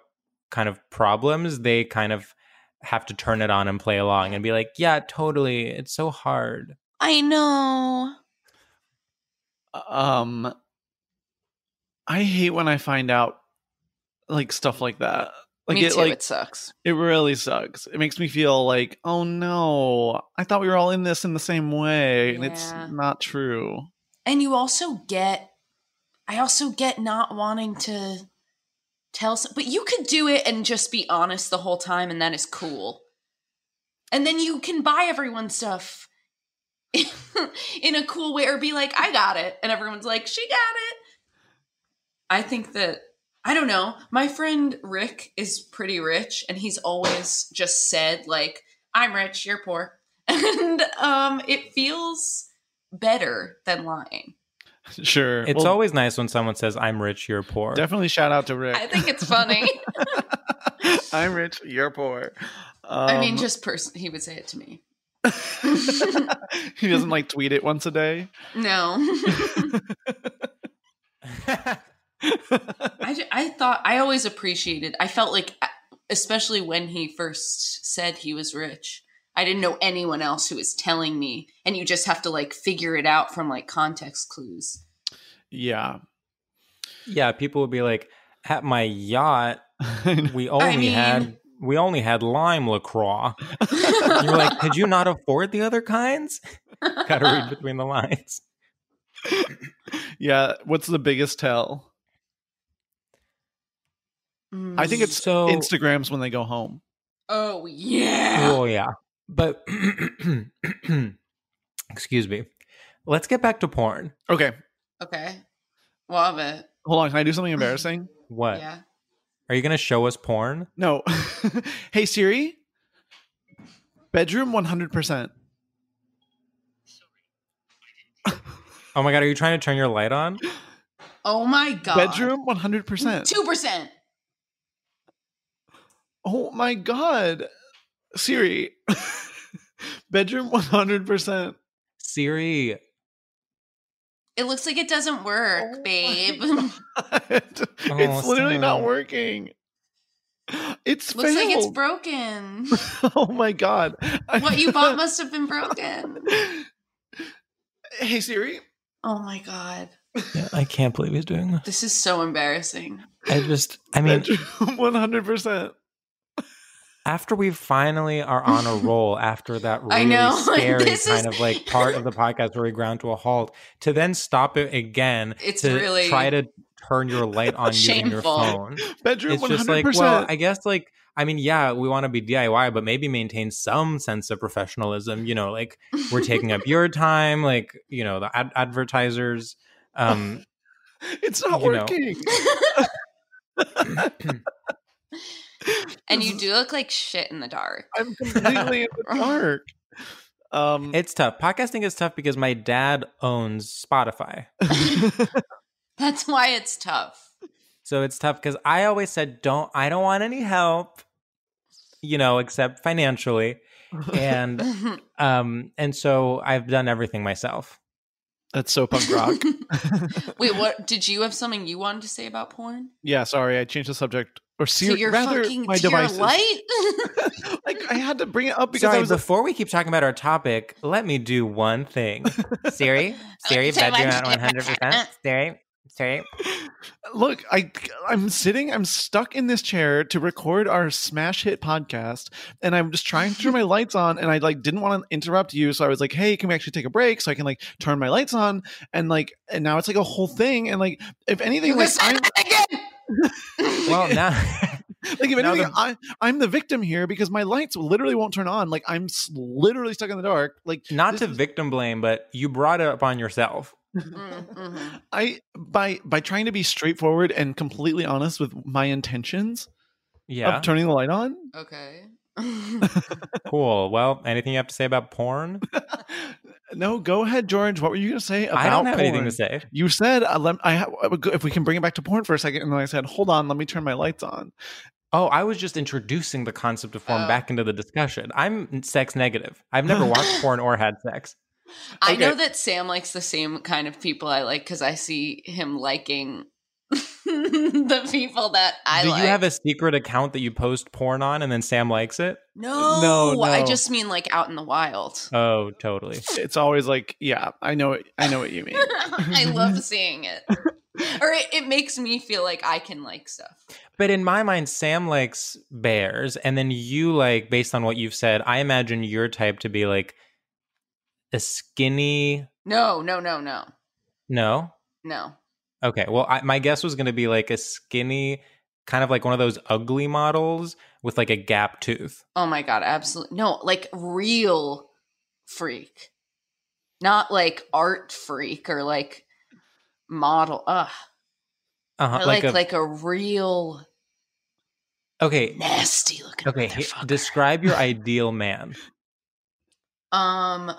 [SPEAKER 3] kind of problems, they kind of have to turn it on and play along and be like, "Yeah, totally. It's so hard."
[SPEAKER 4] I know.
[SPEAKER 2] um I hate when I find out like stuff like that. Like
[SPEAKER 4] me
[SPEAKER 2] it
[SPEAKER 4] too,
[SPEAKER 2] like
[SPEAKER 4] it sucks.
[SPEAKER 2] It really sucks. It makes me feel like, oh no, I thought we were all in this in the same way, and it's
[SPEAKER 4] Yeah.
[SPEAKER 2] not true.
[SPEAKER 4] and you also get i also get not wanting to tell some, but you could do it and just be honest the whole time and that is cool and then you can buy everyone stuff in a cool way or be like i got it and everyone's like she got it i think that i don't know my friend rick is pretty rich and he's always just said like i'm rich you're poor and um it feels better than lying
[SPEAKER 2] Sure.
[SPEAKER 3] It's
[SPEAKER 2] Well,
[SPEAKER 3] always nice when someone says, I'm rich, you're poor.
[SPEAKER 2] definitely shout out to Rick.
[SPEAKER 4] i think it's funny
[SPEAKER 2] I'm rich. You're poor.
[SPEAKER 4] i mean
[SPEAKER 2] Um,
[SPEAKER 4] just person he would say it to me
[SPEAKER 2] he doesn't like tweet it once a day.
[SPEAKER 4] no I, ju- I thought I always appreciated. I felt like, uh, especially when he first said he was rich, I didn't know anyone else who was telling me, and you just have to like figure it out from like context clues.
[SPEAKER 2] Yeah.
[SPEAKER 3] yeah, people would be like, at my yacht, we only
[SPEAKER 4] mean-
[SPEAKER 3] had we only had lime lacroix. You're like, could you not afford the other kinds? Gotta read between the lines.
[SPEAKER 2] yeah. What's the biggest tell? I think it's
[SPEAKER 3] So-
[SPEAKER 2] Instagrams when they go home.
[SPEAKER 4] Oh yeah.
[SPEAKER 3] Oh yeah. But excuse me. Let's get back to porn.
[SPEAKER 2] Okay.
[SPEAKER 4] Okay. Love it.
[SPEAKER 2] Hold on. Can I do something embarrassing?
[SPEAKER 3] What?
[SPEAKER 4] Yeah.
[SPEAKER 3] Are you gonna show us porn?
[SPEAKER 2] No. hey, Siri. Bedroom 100%.
[SPEAKER 3] Oh my god, are you trying to turn your light on?
[SPEAKER 4] Oh my god.
[SPEAKER 2] Bedroom 100%.
[SPEAKER 4] Two percent.
[SPEAKER 2] Oh my God. Siri. Bedroom 100%.
[SPEAKER 3] Siri.
[SPEAKER 4] It looks like it doesn't work,
[SPEAKER 2] Oh my
[SPEAKER 4] babe.
[SPEAKER 2] God.
[SPEAKER 3] Oh,
[SPEAKER 2] it's literally not
[SPEAKER 3] stop.
[SPEAKER 2] working. It's
[SPEAKER 4] looks like it's
[SPEAKER 2] failed.
[SPEAKER 4] broken.
[SPEAKER 2] oh my god!
[SPEAKER 4] what you bought must have been broken.
[SPEAKER 2] hey Siri.
[SPEAKER 4] Oh my god.
[SPEAKER 3] I can't believe he's doing this.
[SPEAKER 4] This is so embarrassing.
[SPEAKER 3] I just I mean
[SPEAKER 2] one hundred percent.
[SPEAKER 3] after we finally are on a roll after that really
[SPEAKER 4] I know, like,
[SPEAKER 3] scary
[SPEAKER 4] this
[SPEAKER 3] kind
[SPEAKER 4] is-
[SPEAKER 3] of like part of the podcast where we ground to a halt to then stop it again
[SPEAKER 4] It's
[SPEAKER 3] to
[SPEAKER 4] really-
[SPEAKER 3] try to turn your light on using your
[SPEAKER 4] Shameful.
[SPEAKER 3] phone
[SPEAKER 2] Bedroom
[SPEAKER 3] it's
[SPEAKER 2] one
[SPEAKER 3] just
[SPEAKER 2] hundred
[SPEAKER 3] like well
[SPEAKER 2] percent.
[SPEAKER 3] i guess like i mean yeah we want to be diy but maybe maintain some sense of professionalism you know like we're taking up your time like you know the ad- advertisers um
[SPEAKER 2] It's not
[SPEAKER 3] you know.
[SPEAKER 2] working.
[SPEAKER 4] And you do look like shit in the dark.
[SPEAKER 2] I'm completely in the dark. Um,
[SPEAKER 3] it's tough podcasting is tough because my dad owns spotify
[SPEAKER 4] That's why it's tough.
[SPEAKER 3] So it's tough because I always said, "Don't I don't want any help," you know, except financially, and um, and so I've done everything myself.
[SPEAKER 2] that's so punk rock.
[SPEAKER 4] Wait, what? Did you have something you wanted to say about porn?
[SPEAKER 2] yeah, sorry, I changed the subject. Or Siri,
[SPEAKER 4] to your
[SPEAKER 2] rather
[SPEAKER 4] fucking
[SPEAKER 2] my
[SPEAKER 4] to
[SPEAKER 2] devices.
[SPEAKER 4] your light?
[SPEAKER 2] like I had to bring it up because
[SPEAKER 3] Sorry,
[SPEAKER 2] I was.
[SPEAKER 3] before we keep talking about our topic, let me do one thing. Siri, Siri,
[SPEAKER 4] Say my
[SPEAKER 3] bedroom at
[SPEAKER 4] name.
[SPEAKER 3] one hundred percent. Siri, Siri.
[SPEAKER 2] Look, I I'm sitting, I'm stuck in this chair to record our smash hit podcast, and I'm just trying to turn my lights on, and I like didn't want to interrupt you, so I was like, "Hey, can we actually take a break so I can like turn my lights on?" And like, and now it's like a whole thing, and like, if anything,
[SPEAKER 4] You
[SPEAKER 2] like
[SPEAKER 4] said
[SPEAKER 2] I'm
[SPEAKER 4] that again!
[SPEAKER 3] Well, now
[SPEAKER 2] like if
[SPEAKER 3] Now
[SPEAKER 2] anything,
[SPEAKER 3] the-
[SPEAKER 2] I I'm the victim here because my lights literally won't turn on. Like I'm s- literally stuck in the dark. Like
[SPEAKER 3] not
[SPEAKER 2] this
[SPEAKER 3] to
[SPEAKER 2] is-
[SPEAKER 3] victim blame, but you brought it up on yourself.
[SPEAKER 4] Mm, mhm.
[SPEAKER 2] I by by trying to be straightforward and completely honest with my intentions
[SPEAKER 3] Yeah,
[SPEAKER 2] of turning the light on.
[SPEAKER 4] Okay.
[SPEAKER 3] cool. Well, anything you have to say about porn?
[SPEAKER 2] No, go ahead, George. What were you going to say about
[SPEAKER 3] I don't have
[SPEAKER 2] porn?
[SPEAKER 3] anything to say.
[SPEAKER 2] You said uh, lem- I ha- if we can bring it back to porn for a second, and then I said, "Hold on, let me turn my lights on."
[SPEAKER 3] Oh, I was just introducing the concept of porn
[SPEAKER 4] Oh.
[SPEAKER 3] back into the discussion. I'm sex negative. I've never watched porn or had sex.
[SPEAKER 4] I
[SPEAKER 2] Okay.
[SPEAKER 4] know that Sam likes the same kind of people I like because I see him liking the people that I
[SPEAKER 3] Do
[SPEAKER 4] like.
[SPEAKER 3] you have a secret account that you post porn on and then Sam likes it?
[SPEAKER 4] no,
[SPEAKER 2] No,
[SPEAKER 4] I
[SPEAKER 2] no.
[SPEAKER 4] just mean like out in the wild.
[SPEAKER 3] Oh, totally.
[SPEAKER 2] It's always like, "Yeah, I know, it, I know what you mean."
[SPEAKER 4] I love seeing it. or it, it makes me feel like I can like stuff.
[SPEAKER 3] But in my mind, Sam likes bears. And then you like, based on what you've said, I imagine your type to be like a skinny.
[SPEAKER 4] No, no, no, no,
[SPEAKER 3] No?
[SPEAKER 4] no.
[SPEAKER 3] Okay. Well, I, my guess was going to be like a skinny, kind of like one of those ugly models with like a gap tooth.
[SPEAKER 4] Oh my god, absolutely. No, like real freak. Not like art freak or like model. Ugh.
[SPEAKER 3] Uh-huh,
[SPEAKER 4] I like like a, real
[SPEAKER 3] okay,
[SPEAKER 4] nasty looking.
[SPEAKER 3] okay. he-
[SPEAKER 4] motherfucker.
[SPEAKER 3] describe your ideal man.
[SPEAKER 4] Um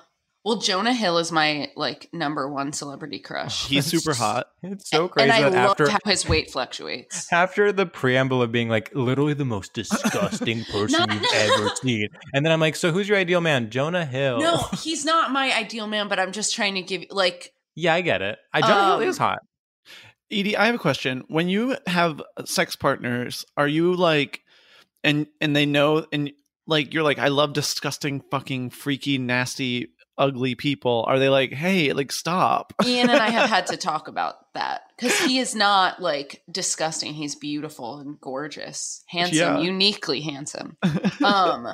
[SPEAKER 4] well Jonah Hill is my like number one celebrity crush.
[SPEAKER 2] He's super hot.
[SPEAKER 3] Uh, It's so
[SPEAKER 4] and
[SPEAKER 3] crazy
[SPEAKER 4] I
[SPEAKER 3] that
[SPEAKER 4] loved
[SPEAKER 3] after
[SPEAKER 4] how his weight fluctuates.
[SPEAKER 3] after the preamble of being like literally the most disgusting person
[SPEAKER 4] No,
[SPEAKER 3] you've
[SPEAKER 4] no.
[SPEAKER 3] ever seen, and then I'm like, so who's your ideal man? Jonah Hill.
[SPEAKER 4] No, he's not my ideal man, but I'm just trying to give like
[SPEAKER 3] Yeah, I get it. I Jonah
[SPEAKER 4] Um,
[SPEAKER 3] Hill is hot.
[SPEAKER 2] Edie, I have a question. When you have sex partners, are you like, and and they know, and like you're like, I love disgusting, fucking, freaky, nasty, ugly people. Are they like, hey, like stop?
[SPEAKER 4] Ian and I have had to talk about that because he is not like disgusting. He's beautiful and gorgeous, handsome,
[SPEAKER 2] Yeah.
[SPEAKER 4] uniquely handsome. Um,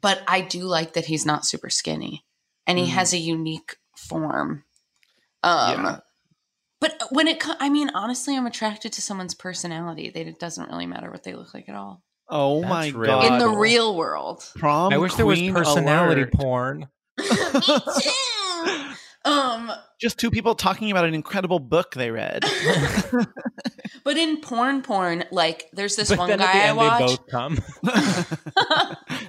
[SPEAKER 4] but I do like that he's not super skinny and he
[SPEAKER 2] Mm.
[SPEAKER 4] has a unique form. Um,
[SPEAKER 2] Yeah.
[SPEAKER 4] but when it, co- I mean, honestly, I'm attracted to someone's personality. They, it doesn't really matter what they look like at all
[SPEAKER 2] oh
[SPEAKER 3] That's
[SPEAKER 2] my
[SPEAKER 3] really
[SPEAKER 2] god!
[SPEAKER 4] in the
[SPEAKER 3] Odd.
[SPEAKER 4] real world.
[SPEAKER 2] prom,
[SPEAKER 3] I wish there was
[SPEAKER 2] queen
[SPEAKER 3] personality
[SPEAKER 2] alert.
[SPEAKER 3] porn.
[SPEAKER 4] Me too. Um,
[SPEAKER 2] Just two people talking about an incredible book they read.
[SPEAKER 4] But in porn, porn, like there's this
[SPEAKER 3] But
[SPEAKER 4] one
[SPEAKER 3] then at the
[SPEAKER 4] guy I
[SPEAKER 3] end, they
[SPEAKER 4] watch.
[SPEAKER 3] both come.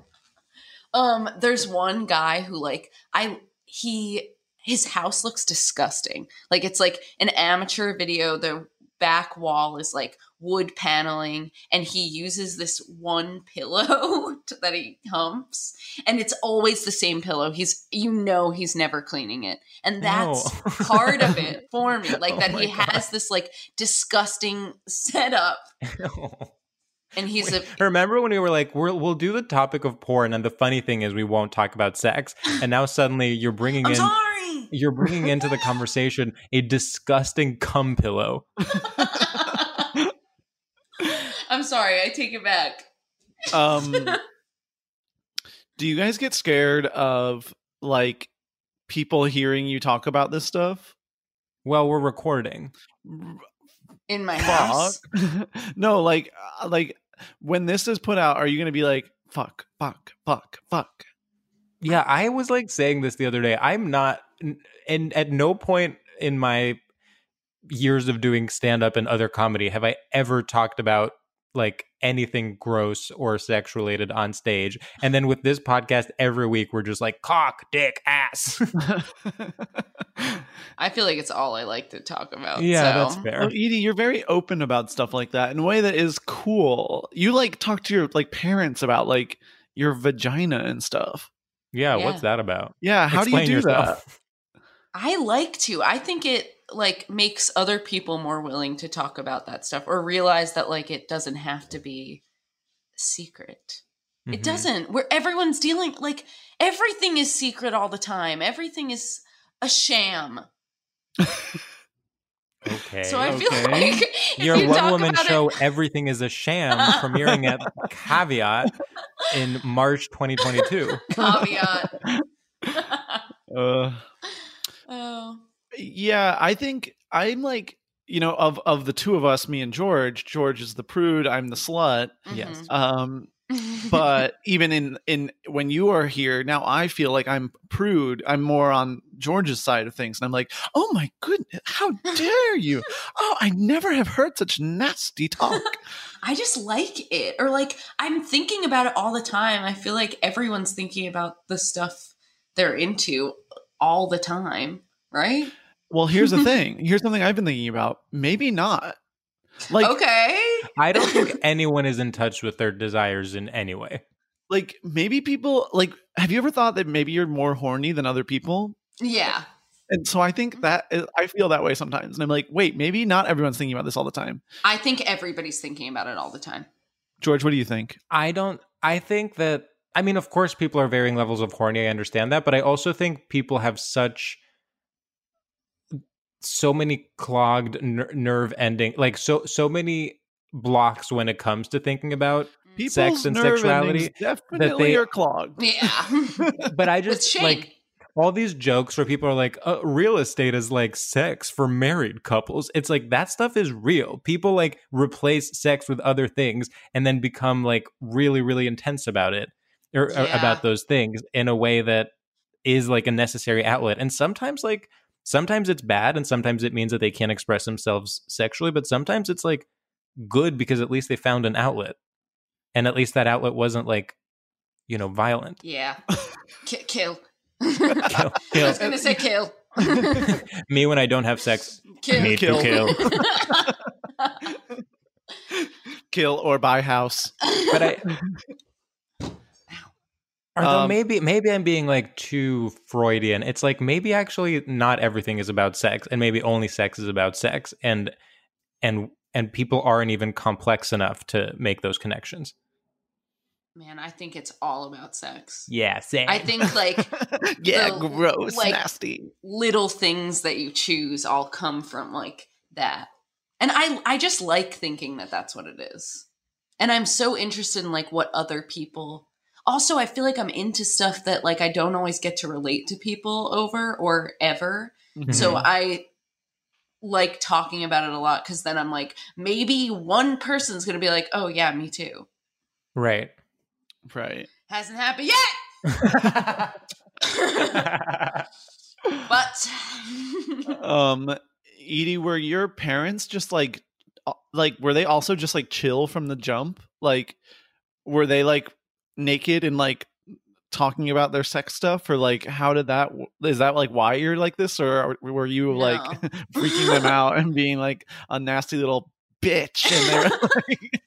[SPEAKER 4] um, there's one guy who like I he his house looks disgusting. Like it's like an amateur video. The back wall is like wood paneling, and he uses this one pillow to- that he humps, and it's always the same pillow. He's you know he's never cleaning it, and that's
[SPEAKER 3] No.
[SPEAKER 4] part of it for me. Like
[SPEAKER 3] Oh
[SPEAKER 4] that
[SPEAKER 3] my
[SPEAKER 4] he
[SPEAKER 3] God.
[SPEAKER 4] has this like disgusting setup. And he's a
[SPEAKER 3] Remember when we were like, we're, we'll do the topic of porn, and the funny thing is, we won't talk about sex. And now suddenly, you're bringing
[SPEAKER 4] I'm
[SPEAKER 3] in
[SPEAKER 4] sorry.
[SPEAKER 3] you're bringing into the conversation a disgusting cum pillow.
[SPEAKER 4] I'm sorry. I take it back.
[SPEAKER 2] um do you guys get scared of like people hearing you talk about this stuff
[SPEAKER 3] Well, we're recording.
[SPEAKER 4] In my
[SPEAKER 2] fuck
[SPEAKER 4] house.
[SPEAKER 2] no like uh, like when this is put out are you gonna be like fuck fuck fuck fuck
[SPEAKER 3] Yeah, I was like saying this the other day. I'm not, and at no point in my years of doing stand up and other comedy have I ever talked about like anything gross or sex related on stage. And then with this podcast, every week we're just like cock, dick, ass.
[SPEAKER 4] I feel like it's all I like to talk about.
[SPEAKER 3] yeah,
[SPEAKER 4] so.
[SPEAKER 3] that's
[SPEAKER 2] Oh,
[SPEAKER 3] fair.
[SPEAKER 2] Edie, you're very open about stuff like that in a way that is cool. You like talk to your like parents about like your vagina and stuff.
[SPEAKER 3] Yeah,
[SPEAKER 4] Yeah.
[SPEAKER 3] what's that about?
[SPEAKER 2] Yeah, how
[SPEAKER 3] Explain
[SPEAKER 2] do you do that?
[SPEAKER 3] yourself.
[SPEAKER 4] I like to. I think it like makes other people more willing to talk about that stuff or realize that like it doesn't have to be secret. It
[SPEAKER 3] Mhm.
[SPEAKER 4] doesn't. Where everyone's dealing like everything is secret all the time. Everything is a sham.
[SPEAKER 3] Mm-hmm, Okay.
[SPEAKER 4] so I feel
[SPEAKER 2] okay.
[SPEAKER 4] like if
[SPEAKER 3] Your
[SPEAKER 4] you
[SPEAKER 3] one
[SPEAKER 4] talk
[SPEAKER 3] woman
[SPEAKER 4] about it-
[SPEAKER 3] show, Everything is a Sham, premiering at Caveat in March 2022.
[SPEAKER 4] caveat.
[SPEAKER 2] Uh,
[SPEAKER 4] oh.
[SPEAKER 2] yeah i think i'm like you know of of the two of us me and george george is the prude i'm the slut
[SPEAKER 3] Yes.
[SPEAKER 2] um
[SPEAKER 4] mhm.
[SPEAKER 2] but even in in when you are here now i feel like i'm prude i'm more on george's side of things and i'm like oh my goodness how dare you oh i never have heard such nasty talk
[SPEAKER 4] I just like it. Or like I'm thinking about it all the time. I feel like everyone's thinking about the stuff they're into all the time, right?
[SPEAKER 2] well here's the thing here's something i've been thinking about maybe not like
[SPEAKER 4] okay.
[SPEAKER 3] I don't think anyone is in touch with their desires in any way.
[SPEAKER 2] like maybe people like have you ever thought that maybe you're more horny than other people
[SPEAKER 4] Yeah.
[SPEAKER 2] And so I
[SPEAKER 3] Mm-hmm.
[SPEAKER 2] think that is, I feel that way sometimes. And I'm like, wait, maybe not everyone's thinking about this all the time.
[SPEAKER 4] I think everybody's thinking about it all the time.
[SPEAKER 2] George, what do you think?
[SPEAKER 3] I don't, I think that, I mean, of course, people are varying levels of horny. I understand that. But I also think people have such, so many clogged ner- nerve ending, like so, so many blocks when it comes to thinking about
[SPEAKER 2] People's
[SPEAKER 3] Sex and
[SPEAKER 2] nerve
[SPEAKER 3] sexuality,
[SPEAKER 2] endings definitely
[SPEAKER 3] they-
[SPEAKER 2] are clogged.
[SPEAKER 4] Yeah.
[SPEAKER 3] but i
[SPEAKER 4] With
[SPEAKER 3] just
[SPEAKER 4] shame.
[SPEAKER 3] like all these jokes where people are like, uh, real estate is like sex for married couples. It's like that stuff is real. People like replace sex with other things and then become like really, really intense about it or, or
[SPEAKER 4] Yeah.
[SPEAKER 3] about those things in a way that is like a necessary outlet. And sometimes, like, sometimes it's bad and sometimes it means that they can't express themselves sexually, but sometimes it's like good because at least they found an outlet. And at least that outlet wasn't like, you know, violent.
[SPEAKER 4] Yeah. Ki- kill.
[SPEAKER 3] Kill,
[SPEAKER 4] I
[SPEAKER 3] kill.
[SPEAKER 4] was gonna say kill.
[SPEAKER 3] Me when I don't have sex.
[SPEAKER 4] kill.
[SPEAKER 3] Me to kill.
[SPEAKER 2] Kill or buy house.
[SPEAKER 3] But I. Although
[SPEAKER 2] Um,
[SPEAKER 3] maybe maybe I'm being like too Freudian. It's like maybe actually not everything is about sex, and maybe only sex is about sex, and and and people aren't even complex enough to make those connections.
[SPEAKER 4] Man, I think it's all about sex.
[SPEAKER 3] Yeah, sex.
[SPEAKER 4] I think like
[SPEAKER 2] yeah,
[SPEAKER 4] the,
[SPEAKER 2] gross,
[SPEAKER 4] Oh, like-
[SPEAKER 2] nasty.
[SPEAKER 4] little things that you choose all come from like that. And I I just like thinking that that's what it is. And I'm so interested in like what other people also I feel like I'm into stuff that like I don't always get to relate to people over or ever. So I like talking about it a lot because then I'm like, maybe one person's gonna be like, oh yeah, me too.
[SPEAKER 3] right.
[SPEAKER 2] Right.
[SPEAKER 4] Hasn't happened yet. but
[SPEAKER 2] um, Edie, were your parents just like, uh, like, were they also just like chill from the jump? Like, were they like naked and like talking about their sex stuff, or like, how did that? Is that like why you're like this, or are- were you like
[SPEAKER 4] No.
[SPEAKER 2] freaking them out and being like a nasty little bitch? And they're like,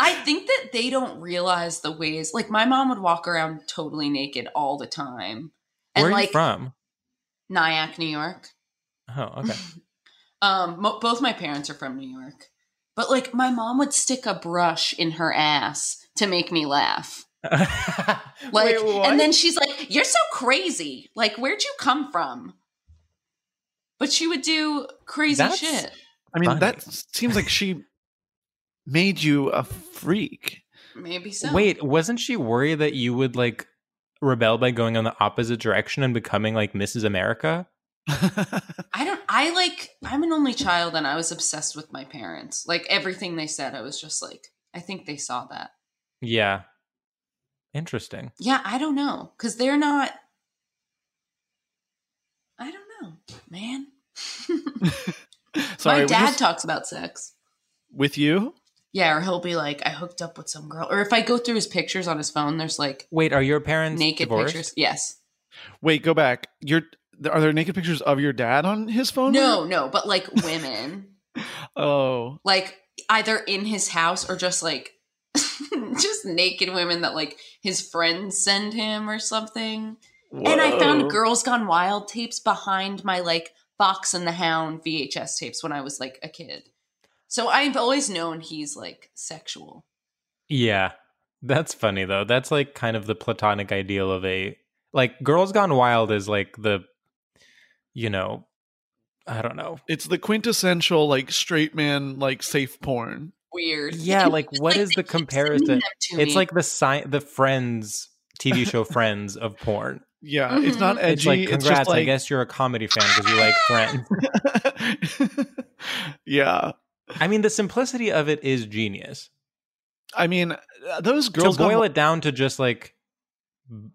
[SPEAKER 4] I think that they don't realize the ways like my mom would walk around totally naked all the time. And
[SPEAKER 3] Where are
[SPEAKER 4] like
[SPEAKER 3] you from?
[SPEAKER 4] Nyack, New York.
[SPEAKER 3] Oh, okay.
[SPEAKER 4] Um, mo- both my parents are from New York, but like my mom would stick a brush in her ass to make me laugh. Like,
[SPEAKER 2] Wait, what?
[SPEAKER 4] and then she's like, "You're so crazy! Like, where'd you come from?" But she would do crazy
[SPEAKER 3] That's-
[SPEAKER 4] shit.
[SPEAKER 2] I mean,
[SPEAKER 3] Funny.
[SPEAKER 2] that seems like she made you a freak.
[SPEAKER 4] Maybe so.
[SPEAKER 3] Wait, wasn't she worried that you would like rebel by going in the opposite direction and becoming like Mrs. America?
[SPEAKER 4] I don't. I like. I'm an only child, and I was obsessed with my parents. Like everything they said, I was just like, I think they saw that.
[SPEAKER 3] Yeah. Interesting.
[SPEAKER 4] Yeah, I don't know, because they're not. I don't know, man.
[SPEAKER 2] Sorry,
[SPEAKER 4] my
[SPEAKER 2] we
[SPEAKER 4] dad
[SPEAKER 2] just-
[SPEAKER 4] talks about sex.
[SPEAKER 2] with you.
[SPEAKER 4] Yeah, or he'll be like, I hooked up with some girl. Or if I go through his pictures on his phone, there's like
[SPEAKER 3] Wait, are your parents
[SPEAKER 4] naked
[SPEAKER 3] divorced?
[SPEAKER 4] pictures. Yes.
[SPEAKER 2] Wait, go back. Your are there naked pictures of your dad on his phone?
[SPEAKER 4] No, no, but like women,
[SPEAKER 2] Oh,
[SPEAKER 4] like either in his house or just like just naked women that like his friends send him or something. And I
[SPEAKER 2] Whoa.
[SPEAKER 4] found Girls Gone Wild tapes behind my like Fox and the Hound VHS tapes when I was like a kid. So I've always known he's like sexual.
[SPEAKER 3] Yeah. That's funny though. That's like kind of the platonic ideal of a like Girls Gone Wild is like the you know, I don't know.
[SPEAKER 2] It's the quintessential like straight man like safe porn.
[SPEAKER 4] Weird.
[SPEAKER 3] Yeah, like what
[SPEAKER 4] Like,
[SPEAKER 3] is
[SPEAKER 4] they
[SPEAKER 3] the
[SPEAKER 4] keep sending
[SPEAKER 3] comparison?
[SPEAKER 4] them to
[SPEAKER 3] It's
[SPEAKER 4] me.
[SPEAKER 3] like the sci- the Friends TV show Friends of porn.
[SPEAKER 2] Yeah, it's
[SPEAKER 4] Mhm.
[SPEAKER 2] not edgy.
[SPEAKER 3] It's like
[SPEAKER 2] it's
[SPEAKER 3] congrats,
[SPEAKER 2] just like
[SPEAKER 3] I guess you're a comedy fan because you like Friends.
[SPEAKER 2] yeah,
[SPEAKER 3] I mean, the simplicity of it is genius.
[SPEAKER 2] I mean uh, those girls
[SPEAKER 3] to boil
[SPEAKER 2] gone,
[SPEAKER 3] it down to just like b-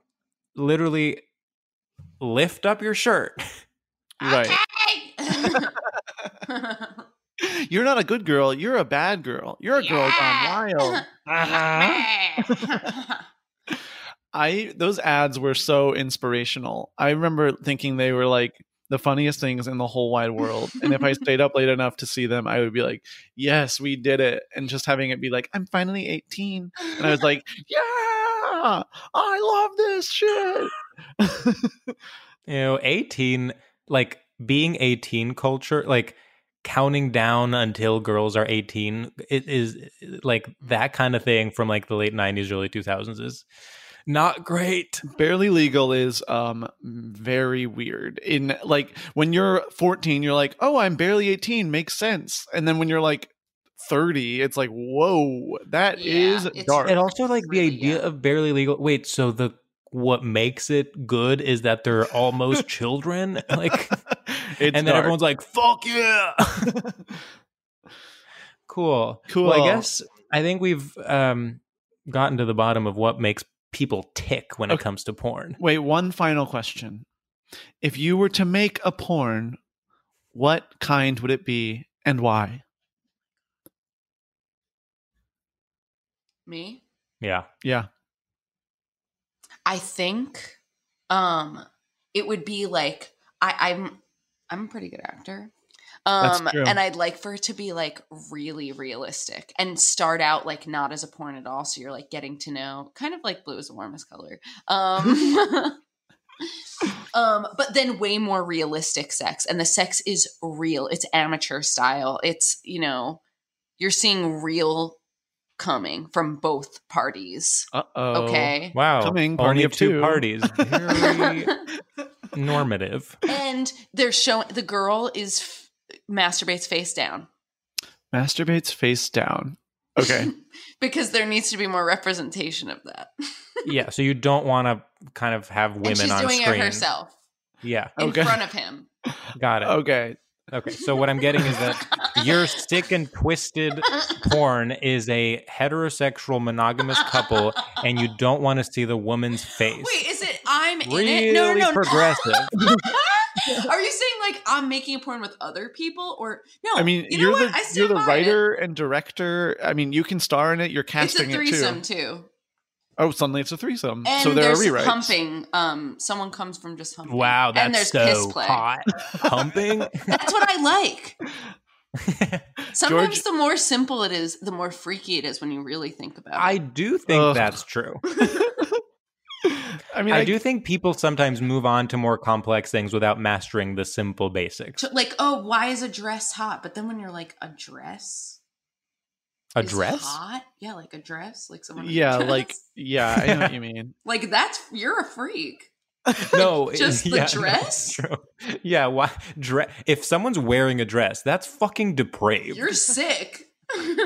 [SPEAKER 3] literally lift up your shirt.
[SPEAKER 2] right.
[SPEAKER 4] Okay.
[SPEAKER 2] You're not a good girl. You're a bad girl. You're a girl gone wild.
[SPEAKER 3] Uh-huh.
[SPEAKER 2] I those ads were so inspirational. I remember thinking they were like the funniest things in the whole wide world. And if I stayed up late enough to see them, I would be like, "Yes, we did it!" And just having it be like, "I'm finally 18," and I
[SPEAKER 3] Uh-huh.
[SPEAKER 2] was like, "Yeah, I love this shit."
[SPEAKER 3] You know, 18, like being 18 culture, like counting down until girls are 18, it is like that kind of thing from like the late 90s, early 2000s is not great.
[SPEAKER 2] Barely legal is um very weird. In like when you're 14, you're like, "Oh, I'm barely 18," makes sense. And then when you're like 30, it's like, "Whoa, that
[SPEAKER 4] Yeah,
[SPEAKER 2] is
[SPEAKER 4] it's-
[SPEAKER 2] dark."
[SPEAKER 3] And also, like the
[SPEAKER 4] Really,
[SPEAKER 3] idea
[SPEAKER 4] yeah.
[SPEAKER 3] of barely legal. Wait, so the what makes it good is that they're almost children. Like,
[SPEAKER 2] It's
[SPEAKER 3] and then
[SPEAKER 2] dark.
[SPEAKER 3] everyone's like, "Fuck yeah!" cool. Well,
[SPEAKER 2] Cool.
[SPEAKER 3] I guess I think we've um, gotten to the bottom of what makes people tick when it
[SPEAKER 2] Okay.
[SPEAKER 3] comes to porn.
[SPEAKER 2] Wait, one final question. If you were to make a porn, what kind would it be and why?
[SPEAKER 4] Me?
[SPEAKER 3] Yeah.
[SPEAKER 2] Yeah.
[SPEAKER 4] I think um it would be like I, I'm I'm a pretty good actor.
[SPEAKER 2] That's
[SPEAKER 4] Um
[SPEAKER 2] true.
[SPEAKER 4] and I'd like for it to be like really realistic and start out like not as a porn at all. So you're like getting to know kind of like blue is the warmest color. Um Um, but then way more realistic sex, and the sex is real. It's amateur style. It's you know, you're seeing real coming from both parties.
[SPEAKER 2] Uh oh.
[SPEAKER 4] Okay,
[SPEAKER 3] Wow.
[SPEAKER 2] Coming, party
[SPEAKER 3] Only
[SPEAKER 2] of
[SPEAKER 3] two,
[SPEAKER 2] two.
[SPEAKER 3] parties. Very normative.
[SPEAKER 4] and they're showing the girl is f- masturbates face down
[SPEAKER 2] Masturbates face down. Okay.
[SPEAKER 4] because there needs to be more representation of that.
[SPEAKER 3] Yeah. So you don't want to kind of have women
[SPEAKER 4] and she's
[SPEAKER 3] on
[SPEAKER 4] doing
[SPEAKER 3] screen.
[SPEAKER 4] it herself
[SPEAKER 3] Yeah.
[SPEAKER 4] in
[SPEAKER 2] Okay.
[SPEAKER 4] front of him.
[SPEAKER 3] Got it.
[SPEAKER 2] okay.
[SPEAKER 3] Okay, so what I'm getting is that your stick and twisted porn is a heterosexual monogamous couple, and you don't want to see the woman's face.
[SPEAKER 4] Wait, is it I'm
[SPEAKER 3] really
[SPEAKER 4] in it? No, no, no.
[SPEAKER 3] progressive.
[SPEAKER 4] Are you saying like I'm making a porn with other people or no?
[SPEAKER 2] I mean,
[SPEAKER 4] you
[SPEAKER 2] you
[SPEAKER 4] know
[SPEAKER 2] are
[SPEAKER 4] what?
[SPEAKER 2] the
[SPEAKER 4] I stand
[SPEAKER 2] you're the
[SPEAKER 4] by it.
[SPEAKER 2] writer and director. I mean, you can star in it. You're
[SPEAKER 4] It's a
[SPEAKER 2] casting it
[SPEAKER 4] threesome
[SPEAKER 2] too.
[SPEAKER 4] too,
[SPEAKER 2] Oh, suddenly it's a threesome.
[SPEAKER 4] and
[SPEAKER 2] so there are
[SPEAKER 4] there's
[SPEAKER 2] rewrites.
[SPEAKER 4] humping. Um, someone comes from just humping.
[SPEAKER 3] Wow,
[SPEAKER 4] and
[SPEAKER 3] that's
[SPEAKER 4] there's
[SPEAKER 3] so
[SPEAKER 4] piss play.
[SPEAKER 3] hot. Humping.
[SPEAKER 4] That's what I like. Sometimes
[SPEAKER 2] George-
[SPEAKER 4] the more simple it is, the more freaky it is when you really think about
[SPEAKER 3] I
[SPEAKER 4] it.
[SPEAKER 3] do think
[SPEAKER 2] Ugh.
[SPEAKER 3] that's true.
[SPEAKER 2] I mean,
[SPEAKER 3] I, do think people sometimes move on to more complex things without mastering the simple basics.
[SPEAKER 4] So, like, oh, why is a dress hot? But then when you're like, a dress?
[SPEAKER 3] A
[SPEAKER 4] is
[SPEAKER 3] dress?
[SPEAKER 4] Hot? Yeah, like a dress. Like someone. in a
[SPEAKER 2] Yeah,
[SPEAKER 4] dress.
[SPEAKER 2] like yeah, I know what you mean.
[SPEAKER 4] Like that's, you're a freak.
[SPEAKER 3] No, it-
[SPEAKER 4] Just the
[SPEAKER 3] yeah, no,
[SPEAKER 4] dress?
[SPEAKER 3] it's true. Yeah, why dre- if someone's wearing a dress, that's fucking depraved.
[SPEAKER 4] You're sick.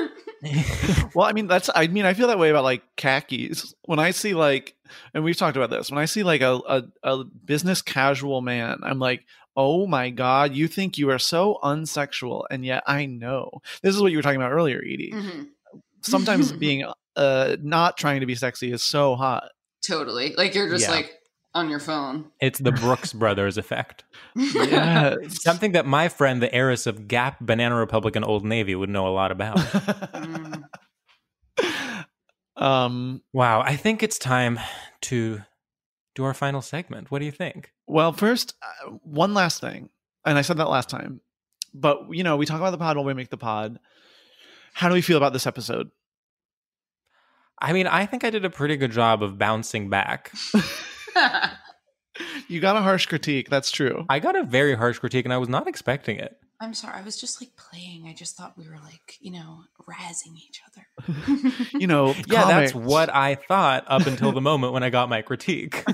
[SPEAKER 4] Mm-hmm.
[SPEAKER 2] Well, I mean, that's I mean, I feel that way about like khakis. When I see like, and we've talked about this. When I see like a a, a business casual man, I'm like, oh my god, you think you are so unsexual, and yet I know this is what you were talking about earlier, Edie.
[SPEAKER 4] Mhm.
[SPEAKER 2] Sometimes being uh not trying to be sexy is so hot.
[SPEAKER 4] Totally. Like you're just
[SPEAKER 3] Yeah.
[SPEAKER 4] like on your phone.
[SPEAKER 3] It's the Brooks Brothers effect.
[SPEAKER 2] Yes.
[SPEAKER 3] Something that my friend, the heiress of Gap, Banana Republic, and Old Navy, would know a lot about.
[SPEAKER 4] Mm.
[SPEAKER 2] um.
[SPEAKER 3] wow, I think it's time to do our final segment. What do you think?
[SPEAKER 2] Well, first, uh, one last thing, and I said that last time, but you know, we talk about the pod while we make the pod. How do we feel about this episode?
[SPEAKER 3] I mean, I think I did a pretty good job of bouncing back.
[SPEAKER 2] You got a harsh critique. That's true.
[SPEAKER 3] I got a very harsh critique, and I was not expecting it.
[SPEAKER 4] I'm sorry. I was just like playing. I just thought we were like, you know, razzing each other.
[SPEAKER 2] You know,
[SPEAKER 3] Yeah, that's
[SPEAKER 2] comics.
[SPEAKER 3] what I thought up until the moment when I got my critique.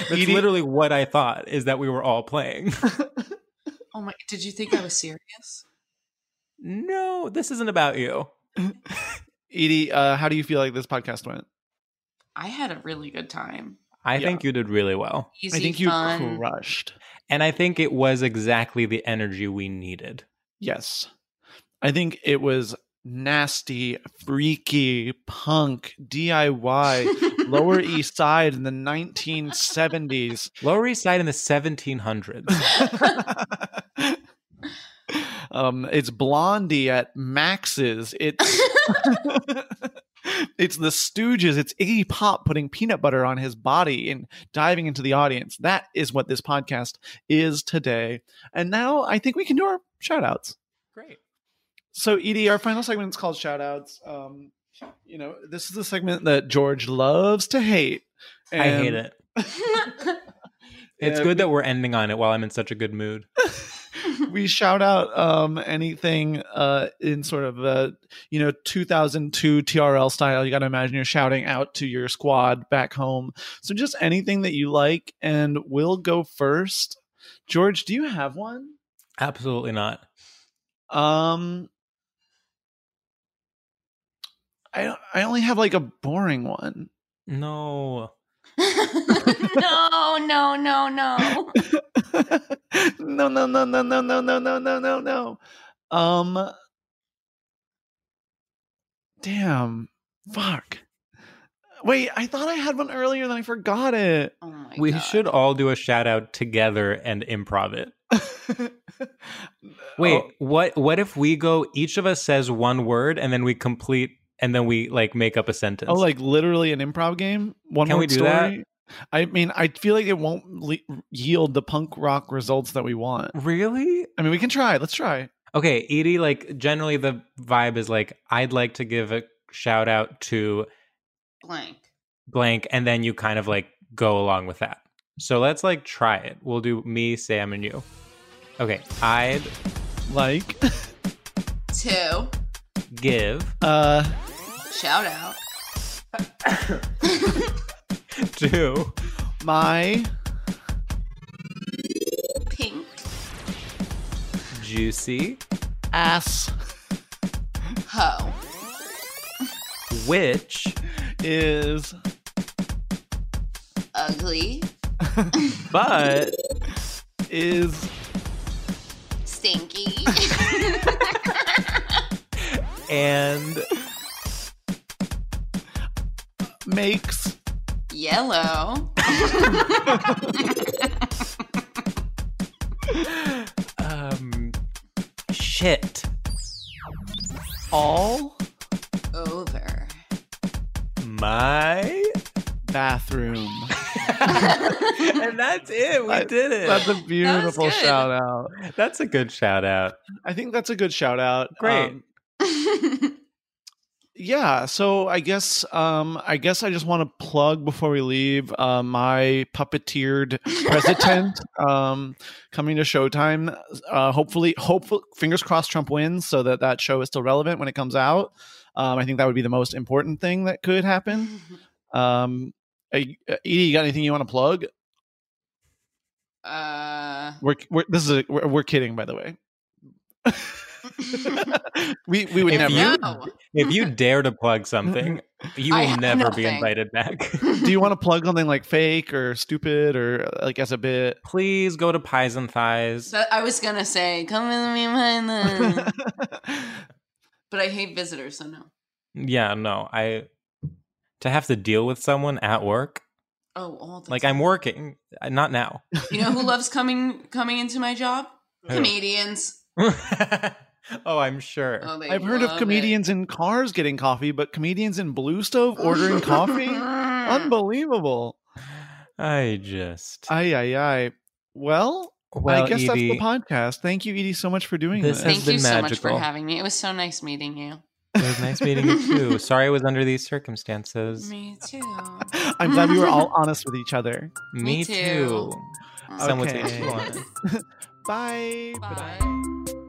[SPEAKER 3] That's
[SPEAKER 2] Edie-
[SPEAKER 3] literally what I thought is that we were all playing.
[SPEAKER 4] Oh my, did you think I was serious?
[SPEAKER 3] no, this isn't about you.
[SPEAKER 2] Edie. Uh, how do you feel like this podcast went?
[SPEAKER 4] I had a really good time.
[SPEAKER 3] I
[SPEAKER 2] Yeah.
[SPEAKER 3] think you did really well.
[SPEAKER 4] Easy,
[SPEAKER 2] I think you
[SPEAKER 4] fun.
[SPEAKER 2] crushed.
[SPEAKER 3] And I think it was exactly the energy we needed.
[SPEAKER 2] Yes, I think it was nasty, freaky, punk, DIY, Lower E. East Side in the 1970s.
[SPEAKER 3] Lower East Side in the 1700s.
[SPEAKER 2] um, it's Blondie at Max's. It's it's the Stooges. It's Iggy Pop putting peanut butter on his body and diving into the audience. That is what this podcast is today. And now I think we can do our shout outs.
[SPEAKER 3] Great.
[SPEAKER 2] So, Edie, our final segment is called shout outs. Um, you know, this is the segment that George loves to hate.
[SPEAKER 3] I hate
[SPEAKER 2] And-
[SPEAKER 3] it. It's
[SPEAKER 2] Yeah,
[SPEAKER 3] good that we're ending on it while I'm in such a good mood.
[SPEAKER 2] we shout out um, anything uh, in sort of a you know 2002 TRL style. You got to imagine you're shouting out to your squad back home. So just anything that you like, and we'll go first. George, do you have one?
[SPEAKER 3] Absolutely not.
[SPEAKER 2] Um, I I only have like a boring one.
[SPEAKER 3] No.
[SPEAKER 4] no, no, no, no.
[SPEAKER 2] no, no, no, no, no, no, no, no, no, no, no. Um. Damn. Fuck. Wait, I thought I had one earlier, then I forgot it.
[SPEAKER 4] Oh my
[SPEAKER 3] we
[SPEAKER 4] God.
[SPEAKER 3] should all do a shout out together and improv it. Wait,
[SPEAKER 2] Oh,
[SPEAKER 3] what what if we go each of us says one word and then we complete and then we like make up a sentence?
[SPEAKER 2] oh, like literally an improv game. One
[SPEAKER 3] Can we
[SPEAKER 2] word
[SPEAKER 3] do that?
[SPEAKER 2] story. I mean, I feel like it won't le- yield the punk rock results that we want.
[SPEAKER 3] really?
[SPEAKER 2] I mean, we can try. Let's try.
[SPEAKER 3] Okay, Edie, like generally the vibe is like I'd like to give a shout out to
[SPEAKER 4] blank.
[SPEAKER 3] blank and then you kind of like go along with that. So let's like try it. We'll do me, Sam and you. Okay, I'd
[SPEAKER 2] Like,
[SPEAKER 4] Two.
[SPEAKER 3] give
[SPEAKER 2] uh,
[SPEAKER 4] Shout out.
[SPEAKER 3] to
[SPEAKER 2] my
[SPEAKER 4] Pink.
[SPEAKER 3] Juicy
[SPEAKER 2] ass
[SPEAKER 4] Ho.
[SPEAKER 3] which
[SPEAKER 2] is
[SPEAKER 4] Ugly.
[SPEAKER 3] but
[SPEAKER 2] is
[SPEAKER 4] Stinky.
[SPEAKER 3] and
[SPEAKER 2] makes
[SPEAKER 4] Yellow.
[SPEAKER 3] um shit
[SPEAKER 2] all
[SPEAKER 4] Over.
[SPEAKER 3] my
[SPEAKER 2] bathroom.
[SPEAKER 3] and that's it we
[SPEAKER 2] I-
[SPEAKER 3] did it
[SPEAKER 2] That's a beautiful
[SPEAKER 4] good.
[SPEAKER 2] shout out.
[SPEAKER 3] that's a good shout out
[SPEAKER 2] I think that's a good shout out.
[SPEAKER 3] Great.
[SPEAKER 2] Um, yeah so i guess um i guess i just want to plug before we leave uh my puppeteered president um coming to showtime uh hopefully hopefully fingers crossed trump wins so that that show is still relevant when it comes out um i think that would be the most important thing that could happen um uh, edie you got anything you want to plug
[SPEAKER 4] uh.
[SPEAKER 2] we're, we're this is a, we're, we're kidding by the way we we would
[SPEAKER 3] If
[SPEAKER 2] never
[SPEAKER 3] you-
[SPEAKER 4] No.
[SPEAKER 3] if you dare to plug something you
[SPEAKER 4] I
[SPEAKER 3] will
[SPEAKER 4] have
[SPEAKER 3] never be
[SPEAKER 4] nothing.
[SPEAKER 3] invited back
[SPEAKER 2] do you want to plug something like fake or stupid or uh, like as a bit
[SPEAKER 3] please go to pies and thighs
[SPEAKER 4] So I was gonna say, come with me, mine, then." but I hate visitors, so no.
[SPEAKER 3] yeah no i to have to deal with someone at work
[SPEAKER 4] Oh, all the
[SPEAKER 3] like
[SPEAKER 4] time.
[SPEAKER 3] i'm working uh, not now
[SPEAKER 4] You know who loves coming coming into my job?
[SPEAKER 3] Who?
[SPEAKER 4] Comedians.
[SPEAKER 3] oh i'm sure
[SPEAKER 4] Oh, they
[SPEAKER 2] I've heard of
[SPEAKER 4] love
[SPEAKER 2] comedians in cars getting coffee, but comedians in Blue Stove
[SPEAKER 4] it.
[SPEAKER 2] ordering coffee? Unbelievable.
[SPEAKER 3] i just
[SPEAKER 2] Ay, ay, ay. Well,
[SPEAKER 3] well
[SPEAKER 2] I guess that's the
[SPEAKER 3] Edie,
[SPEAKER 2] podcast. Thank you, Edie, so much for doing
[SPEAKER 3] This
[SPEAKER 2] this.
[SPEAKER 3] has
[SPEAKER 4] Thank
[SPEAKER 3] been
[SPEAKER 4] you so much for
[SPEAKER 3] magical.
[SPEAKER 4] having me. It was so nice meeting you.
[SPEAKER 3] It was nice meeting you too. Sorry I was under these circumstances. Me,
[SPEAKER 4] Me too.
[SPEAKER 2] I'm glad we were all honest with each other.
[SPEAKER 4] Me
[SPEAKER 3] too.
[SPEAKER 4] too.
[SPEAKER 3] Someone
[SPEAKER 2] Okay.
[SPEAKER 3] take one.
[SPEAKER 2] Bye.
[SPEAKER 4] Bye.